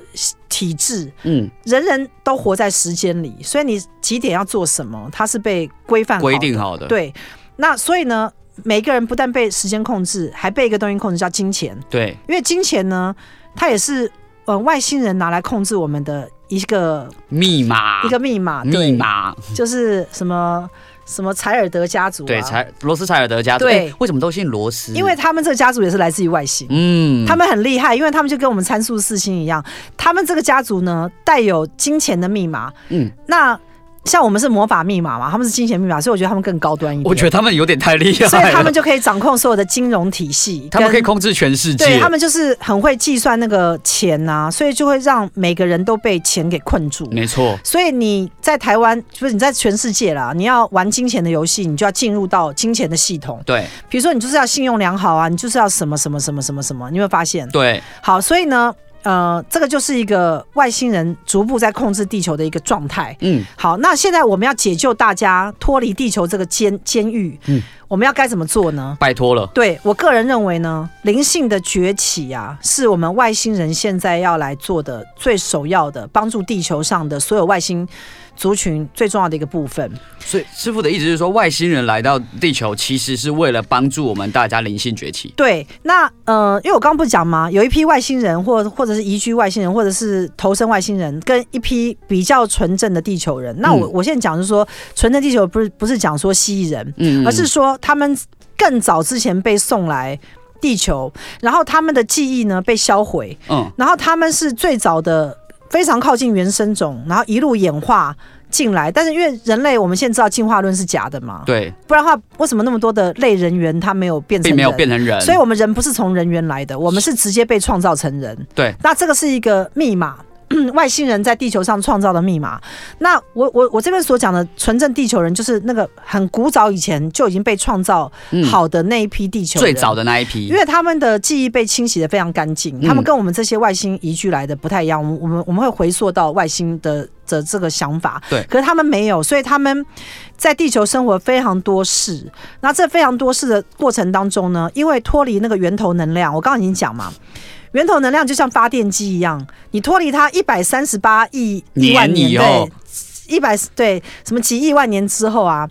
[SPEAKER 2] 体制，
[SPEAKER 3] 嗯，
[SPEAKER 2] 人人都活在时间里，所以你几点要做什么，它是被规范好
[SPEAKER 3] 规
[SPEAKER 2] 的
[SPEAKER 3] 定好的，
[SPEAKER 2] 对，那所以呢，每个人不但被时间控制，还被一个东西控制，叫金钱。
[SPEAKER 3] 对
[SPEAKER 2] 因为金钱呢，它也是呃外星人拿来控制我们的一个、
[SPEAKER 3] 密码，
[SPEAKER 2] 一个密码，
[SPEAKER 3] 密码，
[SPEAKER 2] 就是什么什么柴尔德家族、啊，
[SPEAKER 3] 对，柴罗斯柴尔德家族，
[SPEAKER 2] 对
[SPEAKER 3] 哎为什么都姓罗斯？
[SPEAKER 2] 因为他们这个家族也是来自于外星。
[SPEAKER 3] 嗯，
[SPEAKER 2] 他们很厉害，因为他们就跟我们参数四星一样，他们这个家族呢带有金钱的密码。
[SPEAKER 3] 嗯，
[SPEAKER 2] 那像我们是魔法密码嘛，他们是金钱密码，所以我觉得他们更高端一点。
[SPEAKER 3] 我觉得他们有点太厉害了，
[SPEAKER 2] 所以他们就可以掌控所有的金融体系，
[SPEAKER 3] 他们
[SPEAKER 2] 跟
[SPEAKER 3] 可以控制全世界，
[SPEAKER 2] 对他们就是很会计算那个钱呐、所以就会让每个人都被钱给困住。
[SPEAKER 3] 没错，
[SPEAKER 2] 所以你在台湾，不是你在全世界啦，你要玩金钱的游戏，你就要进入到金钱的系统。
[SPEAKER 3] 对
[SPEAKER 2] 比如说，你就是要信用良好啊，你就是要什么什么什么什么什么，你有没有发现？
[SPEAKER 3] 对，
[SPEAKER 2] 好，所以呢，呃，这个就是一个外星人逐步在控制地球的一个状态。
[SPEAKER 3] 嗯，
[SPEAKER 2] 好，那现在我们要解救大家脱离地球这个监监狱，
[SPEAKER 3] 嗯
[SPEAKER 2] 我们要该怎么做呢？
[SPEAKER 3] 拜托了，
[SPEAKER 2] 对我个人认为呢，灵性的崛起啊，是我们外星人现在要来做的最首要的，帮助地球上的所有外星族群最重要的一个部分。
[SPEAKER 3] 所以师傅的意思是说，外星人来到地球其实是为了帮助我们大家灵性崛起，
[SPEAKER 2] 对，那呃，因为我刚刚不是讲吗？有一批外星人，或或者是移居外星人，或者是投身外星人，跟一批比较纯正的地球人。那我、
[SPEAKER 3] 嗯
[SPEAKER 2] 我现在讲是说，纯正地球不是不是讲说蜥蜴人，
[SPEAKER 3] 嗯，
[SPEAKER 2] 而是说他们更早之前被送来地球，然后他们的记忆呢被销毁，
[SPEAKER 3] 嗯，
[SPEAKER 2] 然后他们是最早的，非常靠近原生种，然后一路演化进来。但是因为人类，我们现在知道进化论是假的嘛，
[SPEAKER 3] 对，
[SPEAKER 2] 不然的话，为什么那么多的类人猿它没有变成
[SPEAKER 3] 并
[SPEAKER 2] 人？
[SPEAKER 3] 没有变成人，
[SPEAKER 2] 所以，我们人不是从人猿来的，我们是直接被创造成人。
[SPEAKER 3] 对，
[SPEAKER 2] 那这个是一个密码， [CLEARS THROAT] 外星人在地球上创造的密码。那我我我这边所讲的纯正地球人，就是那个很古早以前就已经被创造
[SPEAKER 3] 嗯
[SPEAKER 2] 好的那一批地球人。
[SPEAKER 3] 最早的那一批
[SPEAKER 2] 因，为他们的记忆被清洗的非常干净，
[SPEAKER 3] 嗯
[SPEAKER 2] 他们跟我们这些外星移居来的不太一样。我们我们我们会回溯到外星的的这个想法，
[SPEAKER 3] 对
[SPEAKER 2] 可是他们没有，所以他们在地球生活非常多事。那这非常多事的过程当中呢，因为脱离那个源头能量，我刚刚已经讲嘛。源头能量就像发电机一样，你脱离它一百三十八亿亿万
[SPEAKER 3] 年
[SPEAKER 2] 年
[SPEAKER 3] 以
[SPEAKER 2] 对
[SPEAKER 3] 后，
[SPEAKER 2] 一百对什么几亿万年之后啊，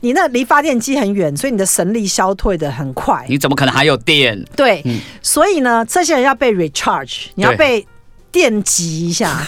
[SPEAKER 2] 你那离发电机很远，所以你的神力消退的很快。
[SPEAKER 3] 你怎么可能还有电？
[SPEAKER 2] 对，
[SPEAKER 3] 嗯
[SPEAKER 2] 所以呢，这些人要被 recharge，你要被电
[SPEAKER 3] [LAUGHS]
[SPEAKER 2] 击一下，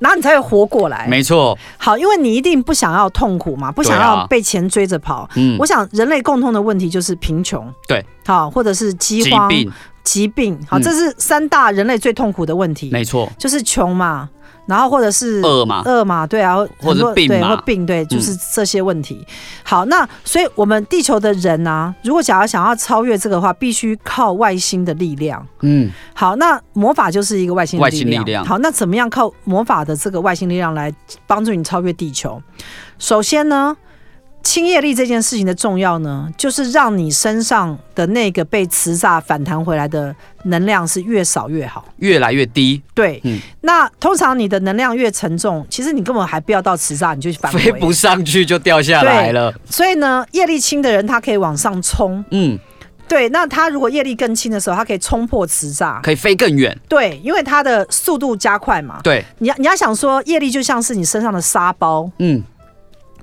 [SPEAKER 2] 然后你才会活过来。
[SPEAKER 3] 没错，
[SPEAKER 2] 好，因为你一定不想要痛苦嘛，不想
[SPEAKER 3] 对
[SPEAKER 2] 要
[SPEAKER 3] 啊
[SPEAKER 2] 被钱追着跑。
[SPEAKER 3] 嗯
[SPEAKER 2] 我，想人类共通的问题就是贫穷，
[SPEAKER 3] 对，
[SPEAKER 2] 好，或者是饥
[SPEAKER 3] 疾
[SPEAKER 2] 荒、
[SPEAKER 3] 病，
[SPEAKER 2] 疾病好，
[SPEAKER 3] 嗯
[SPEAKER 2] 这是三大人类最痛苦的问题，
[SPEAKER 3] 没哦错，
[SPEAKER 2] 就是穷嘛，然后或者是
[SPEAKER 3] 饿嘛，
[SPEAKER 2] 饿嘛，对啊，
[SPEAKER 3] 或者是
[SPEAKER 2] 很多
[SPEAKER 3] 病
[SPEAKER 2] 对，
[SPEAKER 3] 嘛嗯
[SPEAKER 2] 或病，对，就是这些问题。好，那所以我们地球的人啊，如果假如想要超越这个的话，必须靠外星的力量。
[SPEAKER 3] 嗯，
[SPEAKER 2] 好，那魔法就是一个外星的
[SPEAKER 3] 外星力量
[SPEAKER 2] 好，那怎么样靠魔法的这个外星力量来帮助你超越地球？首先呢，清业力这件事情的重要呢，就是让你身上的那个被磁栅反弹回来的能量是越少越好。
[SPEAKER 3] 越来越低，
[SPEAKER 2] 对，
[SPEAKER 3] 嗯
[SPEAKER 2] 那通常你的能量越沉重，其实你根本还不要到磁栅，你就返
[SPEAKER 3] 飞
[SPEAKER 2] 回。
[SPEAKER 3] 不上去就掉下来了，
[SPEAKER 2] 所以呢，业力轻的人他可以往上冲，
[SPEAKER 3] 嗯，
[SPEAKER 2] 对，那它如果业力更轻的时候，它可以冲破磁栅。
[SPEAKER 3] 可以飞更远。
[SPEAKER 2] 对，因为它的速度加快嘛。
[SPEAKER 3] 对，
[SPEAKER 2] 你要你要想说，业力就像是你身上的沙包，
[SPEAKER 3] 嗯，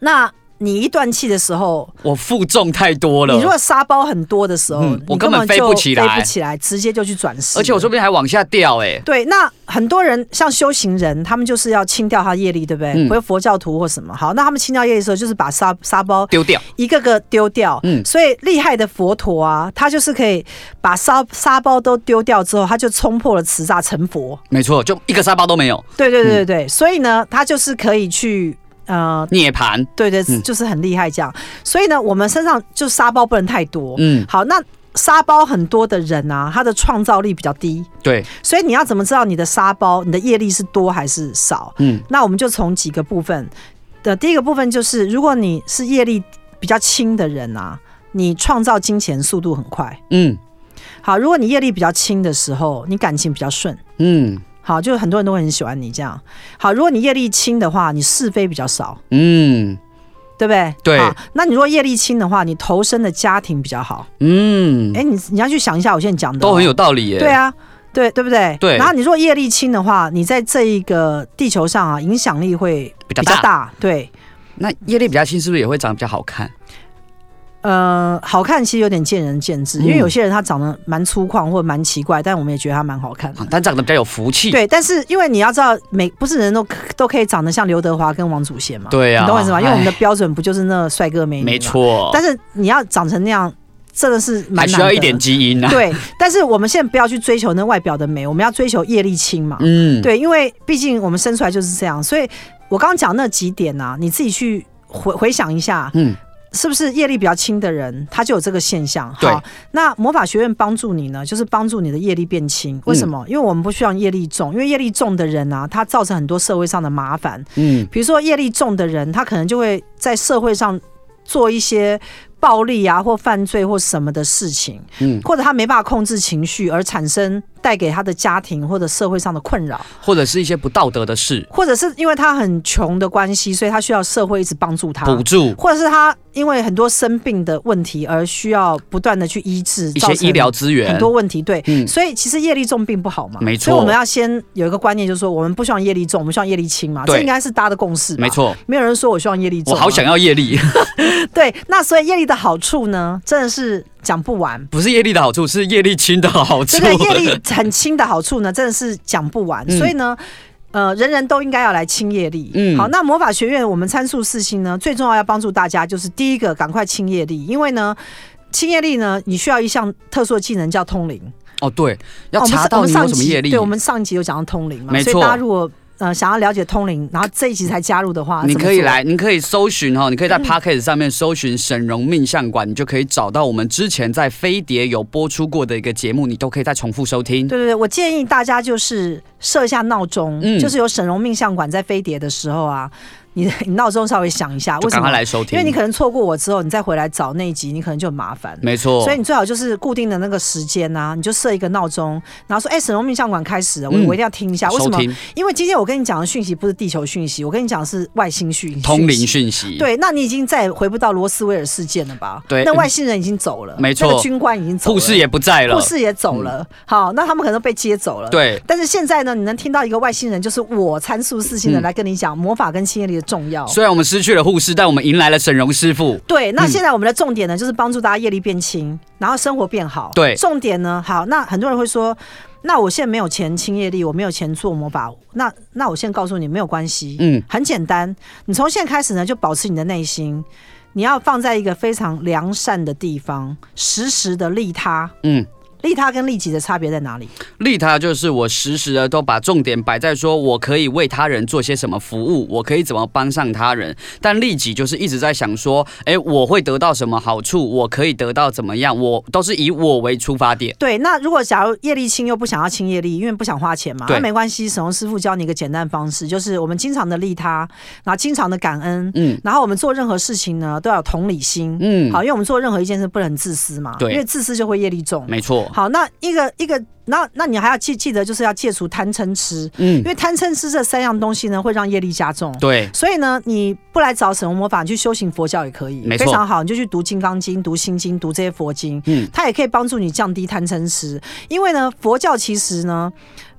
[SPEAKER 2] 那你一断气的时候，
[SPEAKER 3] 我负重太多了
[SPEAKER 2] 你如。果沙包很多的时候，
[SPEAKER 3] 嗯
[SPEAKER 2] 你
[SPEAKER 3] 我根本
[SPEAKER 2] 就
[SPEAKER 3] 飞不起来
[SPEAKER 2] 飞不起来，直接就去转世。
[SPEAKER 3] 而且我说不定还往下掉哎、欸
[SPEAKER 2] 对，那很多人像修行人，他们就是要清掉他业力，对不对？
[SPEAKER 3] 嗯
[SPEAKER 2] 不会佛教徒或什么。好，那他们清掉业力的时候，就是把沙沙包
[SPEAKER 3] 丢掉。
[SPEAKER 2] 一个个丢掉。
[SPEAKER 3] 嗯
[SPEAKER 2] 所以厉害的佛陀啊，他就是可以把沙沙包都丢掉之后，他就冲破了磁煞成佛。
[SPEAKER 3] 没错，就一个沙包都没有。
[SPEAKER 2] 对对对对
[SPEAKER 3] 嗯
[SPEAKER 2] 对，所以呢，他就是可以去呃。
[SPEAKER 3] 涅槃，
[SPEAKER 2] 对对，
[SPEAKER 3] 嗯
[SPEAKER 2] 就是很厉害这样。所以呢，我们身上就沙包不能太多。
[SPEAKER 3] 嗯，
[SPEAKER 2] 好，那沙包很多的人啊，他的创造力比较低，
[SPEAKER 3] 对，
[SPEAKER 2] 所以你要怎么知道你的沙包、你的业力是多还是少？
[SPEAKER 3] 嗯，
[SPEAKER 2] 那我们就从几个部分的第一个部分就是，如果你是业力比较轻的人啊，你创造金钱速度很快。
[SPEAKER 3] 嗯，
[SPEAKER 2] 好，如果你业力比较轻的时候，你感情比较顺。
[SPEAKER 3] 嗯，
[SPEAKER 2] 好，就是很多人都会很喜欢你这样。好，如果你业力轻的话，你是非比较少，
[SPEAKER 3] 嗯，
[SPEAKER 2] 对不对？
[SPEAKER 3] 对
[SPEAKER 2] 好那你如果业力轻的话，你投身的家庭比较好。
[SPEAKER 3] 嗯，
[SPEAKER 2] 哎、你你要去想一下我现在讲的哦、
[SPEAKER 3] 都很有道理耶、
[SPEAKER 2] 对，啊，对对不对？
[SPEAKER 3] 对
[SPEAKER 2] 然后你如果业力轻的话，你在这一个地球上啊，影响力会
[SPEAKER 3] 比较
[SPEAKER 2] 比较
[SPEAKER 3] 大
[SPEAKER 2] 大。对，
[SPEAKER 3] 那业力比较轻，是不是也会长得比较好看？
[SPEAKER 2] 呃，好看其实有点见仁见智，因为
[SPEAKER 3] 嗯
[SPEAKER 2] 有些人他长得蛮粗犷或蛮奇怪，但我们也觉得他蛮好看的
[SPEAKER 3] 啊。但长得比较有福气。，
[SPEAKER 2] 对，但是因为你要知道，每不是人都可都可以长得像刘德华跟王祖贤嘛，
[SPEAKER 3] 对啊
[SPEAKER 2] 你懂我意思吗？因为我们的
[SPEAKER 3] 唉
[SPEAKER 2] 标准不就是那帅哥美女，
[SPEAKER 3] 没。错。
[SPEAKER 2] 但是你要长成那样，真的是蛮
[SPEAKER 3] 还
[SPEAKER 2] 难
[SPEAKER 3] 需要一
[SPEAKER 2] 的
[SPEAKER 3] 点基因啊。，
[SPEAKER 2] 对，但是我们现在不要去追求那外表的美，我们要追求业力轻嘛。
[SPEAKER 3] 嗯，，
[SPEAKER 2] 对，因为毕竟我们生出来就是这样，所以我刚刚讲那几点啊，你自己去回回想一下，
[SPEAKER 3] 嗯，
[SPEAKER 2] 是不是业力比较轻的人，他就有这个现象？
[SPEAKER 3] 对
[SPEAKER 2] 好，那魔法学院帮助你呢，就是帮助你的业力变轻。
[SPEAKER 3] 嗯
[SPEAKER 2] 为什么？因为我们不需要业力重，因为业力重的人啊，他造成很多社会上的麻烦。
[SPEAKER 3] 嗯，
[SPEAKER 2] 比如说业力重的人，他可能就会在社会上做一些暴力啊或犯罪或什么的事情，
[SPEAKER 3] 嗯，
[SPEAKER 2] 或者他没办法控制情绪而产生带给他的家庭或者社会上的困扰，
[SPEAKER 3] 或者是一些不道德的事，
[SPEAKER 2] 或者是因为他很穷的关系，所以他需要社会一直帮助他。
[SPEAKER 3] 补助
[SPEAKER 2] 或者是他因为很多生病的问题而需要不断的去医治，
[SPEAKER 3] 一
[SPEAKER 2] 造
[SPEAKER 3] 些
[SPEAKER 2] 成
[SPEAKER 3] 医疗资源
[SPEAKER 2] 很。多问题，对，
[SPEAKER 3] 嗯
[SPEAKER 2] 所以其实业力重并不好嘛，
[SPEAKER 3] 没错
[SPEAKER 2] 所以我们要先有一个观念，就是说我们不希望业力重，我们希望业力轻嘛，
[SPEAKER 3] 对
[SPEAKER 2] 这应该是大家的共识，
[SPEAKER 3] 没，错，
[SPEAKER 2] 没有人说我希望业力重
[SPEAKER 3] 我
[SPEAKER 2] 啊，
[SPEAKER 3] 好想要业力，
[SPEAKER 2] 对，那所以业力的好处呢，真的是讲不完。
[SPEAKER 3] 不是业力的好处，是业力轻的好处。
[SPEAKER 2] 这个业力
[SPEAKER 3] [LAUGHS]
[SPEAKER 2] 很轻的好处呢，真的是讲不完。
[SPEAKER 3] 嗯
[SPEAKER 2] 所以呢，呃，人人都应该要来清业力。
[SPEAKER 3] 嗯
[SPEAKER 2] 好，那魔法学院我们参数四星呢，最重要要帮助大家就是第一个，赶快清业力，因为呢。清业力呢，你需要一项特殊的技能叫通灵，
[SPEAKER 3] 哦，对，
[SPEAKER 2] 哦
[SPEAKER 3] 要
[SPEAKER 2] 我们
[SPEAKER 3] 查
[SPEAKER 2] 上
[SPEAKER 3] 到
[SPEAKER 2] 我们
[SPEAKER 3] 你
[SPEAKER 2] 上
[SPEAKER 3] 有
[SPEAKER 2] 一
[SPEAKER 3] 什么
[SPEAKER 2] 集
[SPEAKER 3] 业力，
[SPEAKER 2] 对，我们上一集有讲到通灵嘛，
[SPEAKER 3] 没
[SPEAKER 2] 所以大家
[SPEAKER 3] 错
[SPEAKER 2] 如果呃想要了解通灵，然后这一集才加入的话，
[SPEAKER 3] 你
[SPEAKER 2] 怎么
[SPEAKER 3] 可以
[SPEAKER 2] 做嗯
[SPEAKER 3] 来，你可以搜寻哈，你可以在 p o c k e t 上面搜寻“沈荣命相馆”，你就可以找到我们之前在飞碟有播出过的一个节目，你都可以再重复收听。
[SPEAKER 2] 对对对，我建议大家就是设一下闹钟，
[SPEAKER 3] 嗯
[SPEAKER 2] 就是有沈荣命相馆在飞碟的时候啊，你你闹钟稍微响一下，
[SPEAKER 3] 就
[SPEAKER 2] 啊为什
[SPEAKER 3] 赶快
[SPEAKER 2] 么？
[SPEAKER 3] 来收听，
[SPEAKER 2] 因为你可能错过我之后，你再回来找那一集，你可能就很麻烦。
[SPEAKER 3] 没错，
[SPEAKER 2] 所以你最好就是固定的那个时间啊，你就设一个闹钟，然后说：“哎、沈荣命相馆开始了，我、
[SPEAKER 3] 嗯
[SPEAKER 2] 我一定要听一下。”啊为什
[SPEAKER 3] 收
[SPEAKER 2] 么？
[SPEAKER 3] 听
[SPEAKER 2] 因为今天我跟你讲的讯息不是地球讯息，我跟你讲的是外星讯息。
[SPEAKER 3] 通灵。讯息，，
[SPEAKER 2] 对，那你已经再也回不到罗斯威尔事件了吧？
[SPEAKER 3] 对
[SPEAKER 2] 那外星人已经走了，
[SPEAKER 3] 没错
[SPEAKER 2] 那个军官已经走了，
[SPEAKER 3] 护士也不在了嗯
[SPEAKER 2] 护，士也走了。好，那他们可能都被接走了。。
[SPEAKER 3] 对，
[SPEAKER 2] 但是现在呢，你能听到一个外星人，就是我参数四星人
[SPEAKER 3] 嗯
[SPEAKER 2] 来跟你讲魔法跟亲业力的重要。
[SPEAKER 3] 虽然我们失去了护士，但我们迎来了沈荣师傅。
[SPEAKER 2] 对，那
[SPEAKER 3] 嗯
[SPEAKER 2] 现在我们的重点呢，就是帮助大家业力变轻，然后生活变好。
[SPEAKER 3] 对
[SPEAKER 2] 重点呢，好，那很多人会说，那我现在没有钱清业力，我没有钱做魔法，那那我现在告诉你，没有关系，
[SPEAKER 3] 嗯，
[SPEAKER 2] 很简单，你从现在开始呢，就保持你的内心，你要放在一个非常良善的地方，时时的利他。
[SPEAKER 3] 嗯，
[SPEAKER 2] 利他跟利己的差别在哪里？
[SPEAKER 3] 利他就是我时时的都把重点摆在说我可以为他人做些什么服务，我可以怎么帮上他人。但利己就是一直在想说，哎，我会得到什么好处，我可以得到怎么样，我都是以我为出发点。
[SPEAKER 2] 对，那如果假如业力轻又不想要轻业力，因为不想花钱嘛，
[SPEAKER 3] 对
[SPEAKER 2] 那没关系。沈荣师傅教你一个简单方式，就是我们经常的利他，然后经常的感恩，
[SPEAKER 3] 嗯
[SPEAKER 2] 然后我们做任何事情呢都要有同理心。
[SPEAKER 3] 嗯，
[SPEAKER 2] 好，因为我们做任何一件事不能很自私嘛，
[SPEAKER 3] 对
[SPEAKER 2] 因为自私就会业力重。
[SPEAKER 3] 没错，错，
[SPEAKER 2] 好，那一个一个，那那你还要记记得，就是要戒除贪嗔痴，
[SPEAKER 3] 嗯
[SPEAKER 2] 因，为贪嗔痴这三样东西呢，会让业力加重。
[SPEAKER 3] 对，
[SPEAKER 2] 所以呢，你不来找神龙魔法，你去修行佛教也可以，
[SPEAKER 3] 没错
[SPEAKER 2] 非常好。你就去读《金刚经》、读《心经》、读这些佛经，
[SPEAKER 3] 嗯
[SPEAKER 2] 它也可以帮助你降低贪嗔痴。因为呢，佛教其实呢，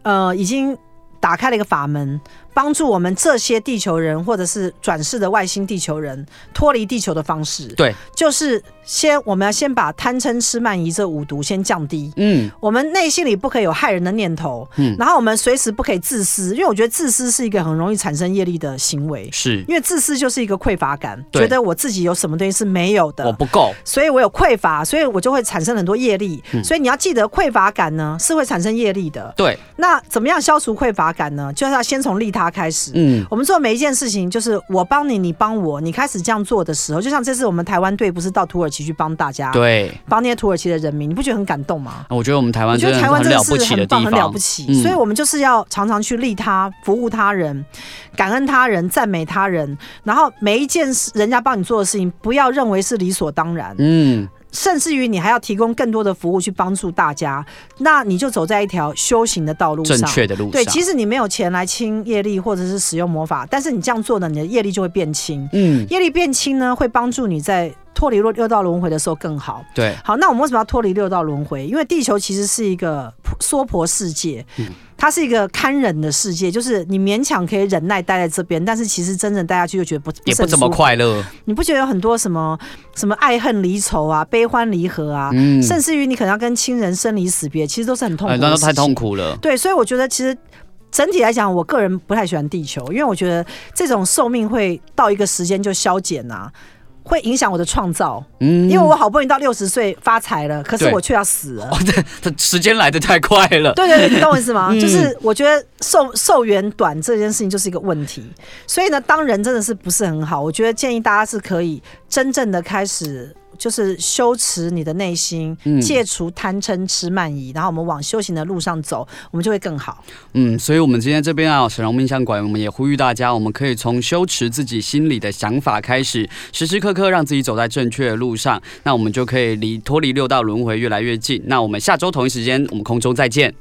[SPEAKER 2] 呃，已经打开了一个法门，帮助我们这些地球人或者是转世的外星地球人脱离地球的方式。
[SPEAKER 3] 对，
[SPEAKER 2] 就是先我们要先把贪嗔痴慢疑这五毒先降低。
[SPEAKER 3] 嗯，
[SPEAKER 2] 我们内心里不可以有害人的念头，
[SPEAKER 3] 嗯
[SPEAKER 2] 然后我们随时不可以自私，因为我觉得自私是一个很容易产生业力的行为。
[SPEAKER 3] 是
[SPEAKER 2] 因为自私就是一个匮乏感，
[SPEAKER 3] 对
[SPEAKER 2] 觉得我自己有什么东西是没有
[SPEAKER 3] 我
[SPEAKER 2] 的，
[SPEAKER 3] 不够，
[SPEAKER 2] 所以我有匮乏，所以我就会产生很多业力。
[SPEAKER 3] 嗯
[SPEAKER 2] 所以你要记得，匮乏感呢是会产生业力的。
[SPEAKER 3] 对，
[SPEAKER 2] 那怎么样消除匮乏感呢？就是要先从利他开始。
[SPEAKER 3] 嗯，
[SPEAKER 2] 我们做每一件事情，就是我帮你，你帮我。你开始这样做的时候，就像这次我们台湾队不是到土耳其去帮大家，
[SPEAKER 3] 对，
[SPEAKER 2] 帮那些土耳其的人民，你不觉得很感动吗？
[SPEAKER 3] 我觉得我们台
[SPEAKER 2] 我
[SPEAKER 3] 湾
[SPEAKER 2] 觉
[SPEAKER 3] 真
[SPEAKER 2] 得
[SPEAKER 3] 的
[SPEAKER 2] 台湾
[SPEAKER 3] 很
[SPEAKER 2] 真的
[SPEAKER 3] 了不
[SPEAKER 2] 是
[SPEAKER 3] 起的
[SPEAKER 2] 很
[SPEAKER 3] 地
[SPEAKER 2] 棒，
[SPEAKER 3] 方，
[SPEAKER 2] 很了不起，
[SPEAKER 3] 嗯
[SPEAKER 2] 所以我们就是要常常去利他、服务他人、感恩他人、赞美他人，然后每一件事人家帮你做的事情，不要认为是理所当然，
[SPEAKER 3] 嗯，
[SPEAKER 2] 甚至于你还要提供更多的服务去帮助大家，那你就走在一条修行的道路上
[SPEAKER 3] 正。确啊的路上，
[SPEAKER 2] 对，即使你没有钱来清业力或者是使用魔法，但是你这样做呢，你的业力就会变轻。
[SPEAKER 3] 嗯，
[SPEAKER 2] 业力变轻呢，会帮助你在脱离六六道轮回的时候更好。
[SPEAKER 3] 对，
[SPEAKER 2] 好，那我们为什么要脱离六道轮回？因为地球其实是一个娑婆世界，
[SPEAKER 3] 嗯
[SPEAKER 2] 它是一个堪忍的世界，就是你勉强可以忍耐待在这边，但是其实真正待下去就觉得不
[SPEAKER 3] 也
[SPEAKER 2] 是
[SPEAKER 3] 不
[SPEAKER 2] 很
[SPEAKER 3] 怎么
[SPEAKER 2] 舒服。
[SPEAKER 3] 快乐，
[SPEAKER 2] 你不觉得有很多什么什么爱恨离仇啊、悲欢离合啊，
[SPEAKER 3] 嗯，
[SPEAKER 2] 甚至于你可能要跟亲人生离死别，其实都是很痛苦
[SPEAKER 3] 呃
[SPEAKER 2] 的、
[SPEAKER 3] 那都太痛。苦了，
[SPEAKER 2] 对，所以我觉得其实。整体来讲，我个人不太喜欢地球，因为我觉得这种寿命会到一个时间就消减啊，会影响我的创造。
[SPEAKER 3] 嗯，
[SPEAKER 2] 因为我好不容易到六十岁发财了，可是
[SPEAKER 3] 对哦
[SPEAKER 2] 我却要死了。
[SPEAKER 3] 这时间来的太快了，
[SPEAKER 2] 对对对，你懂我意思吗？
[SPEAKER 3] 嗯
[SPEAKER 2] 就是我觉得寿寿元短这件事情就是一个问题，所以呢，当人真的是不是很好，我觉得建议大家是可以真正的开始。就是修持你的内心，
[SPEAKER 3] 嗯
[SPEAKER 2] 戒除贪嗔痴慢疑，然后我们往修行的路上走，我们就会更好。
[SPEAKER 3] 嗯，所以我们今天这边啊，神龙命相馆，我们也呼吁大家，我们可以从修持自己心里的想法开始，时时刻刻让自己走在正确的路上，那我们就可以离脱离六道轮回越来越近。那我们下周同一时间，我们空中再见，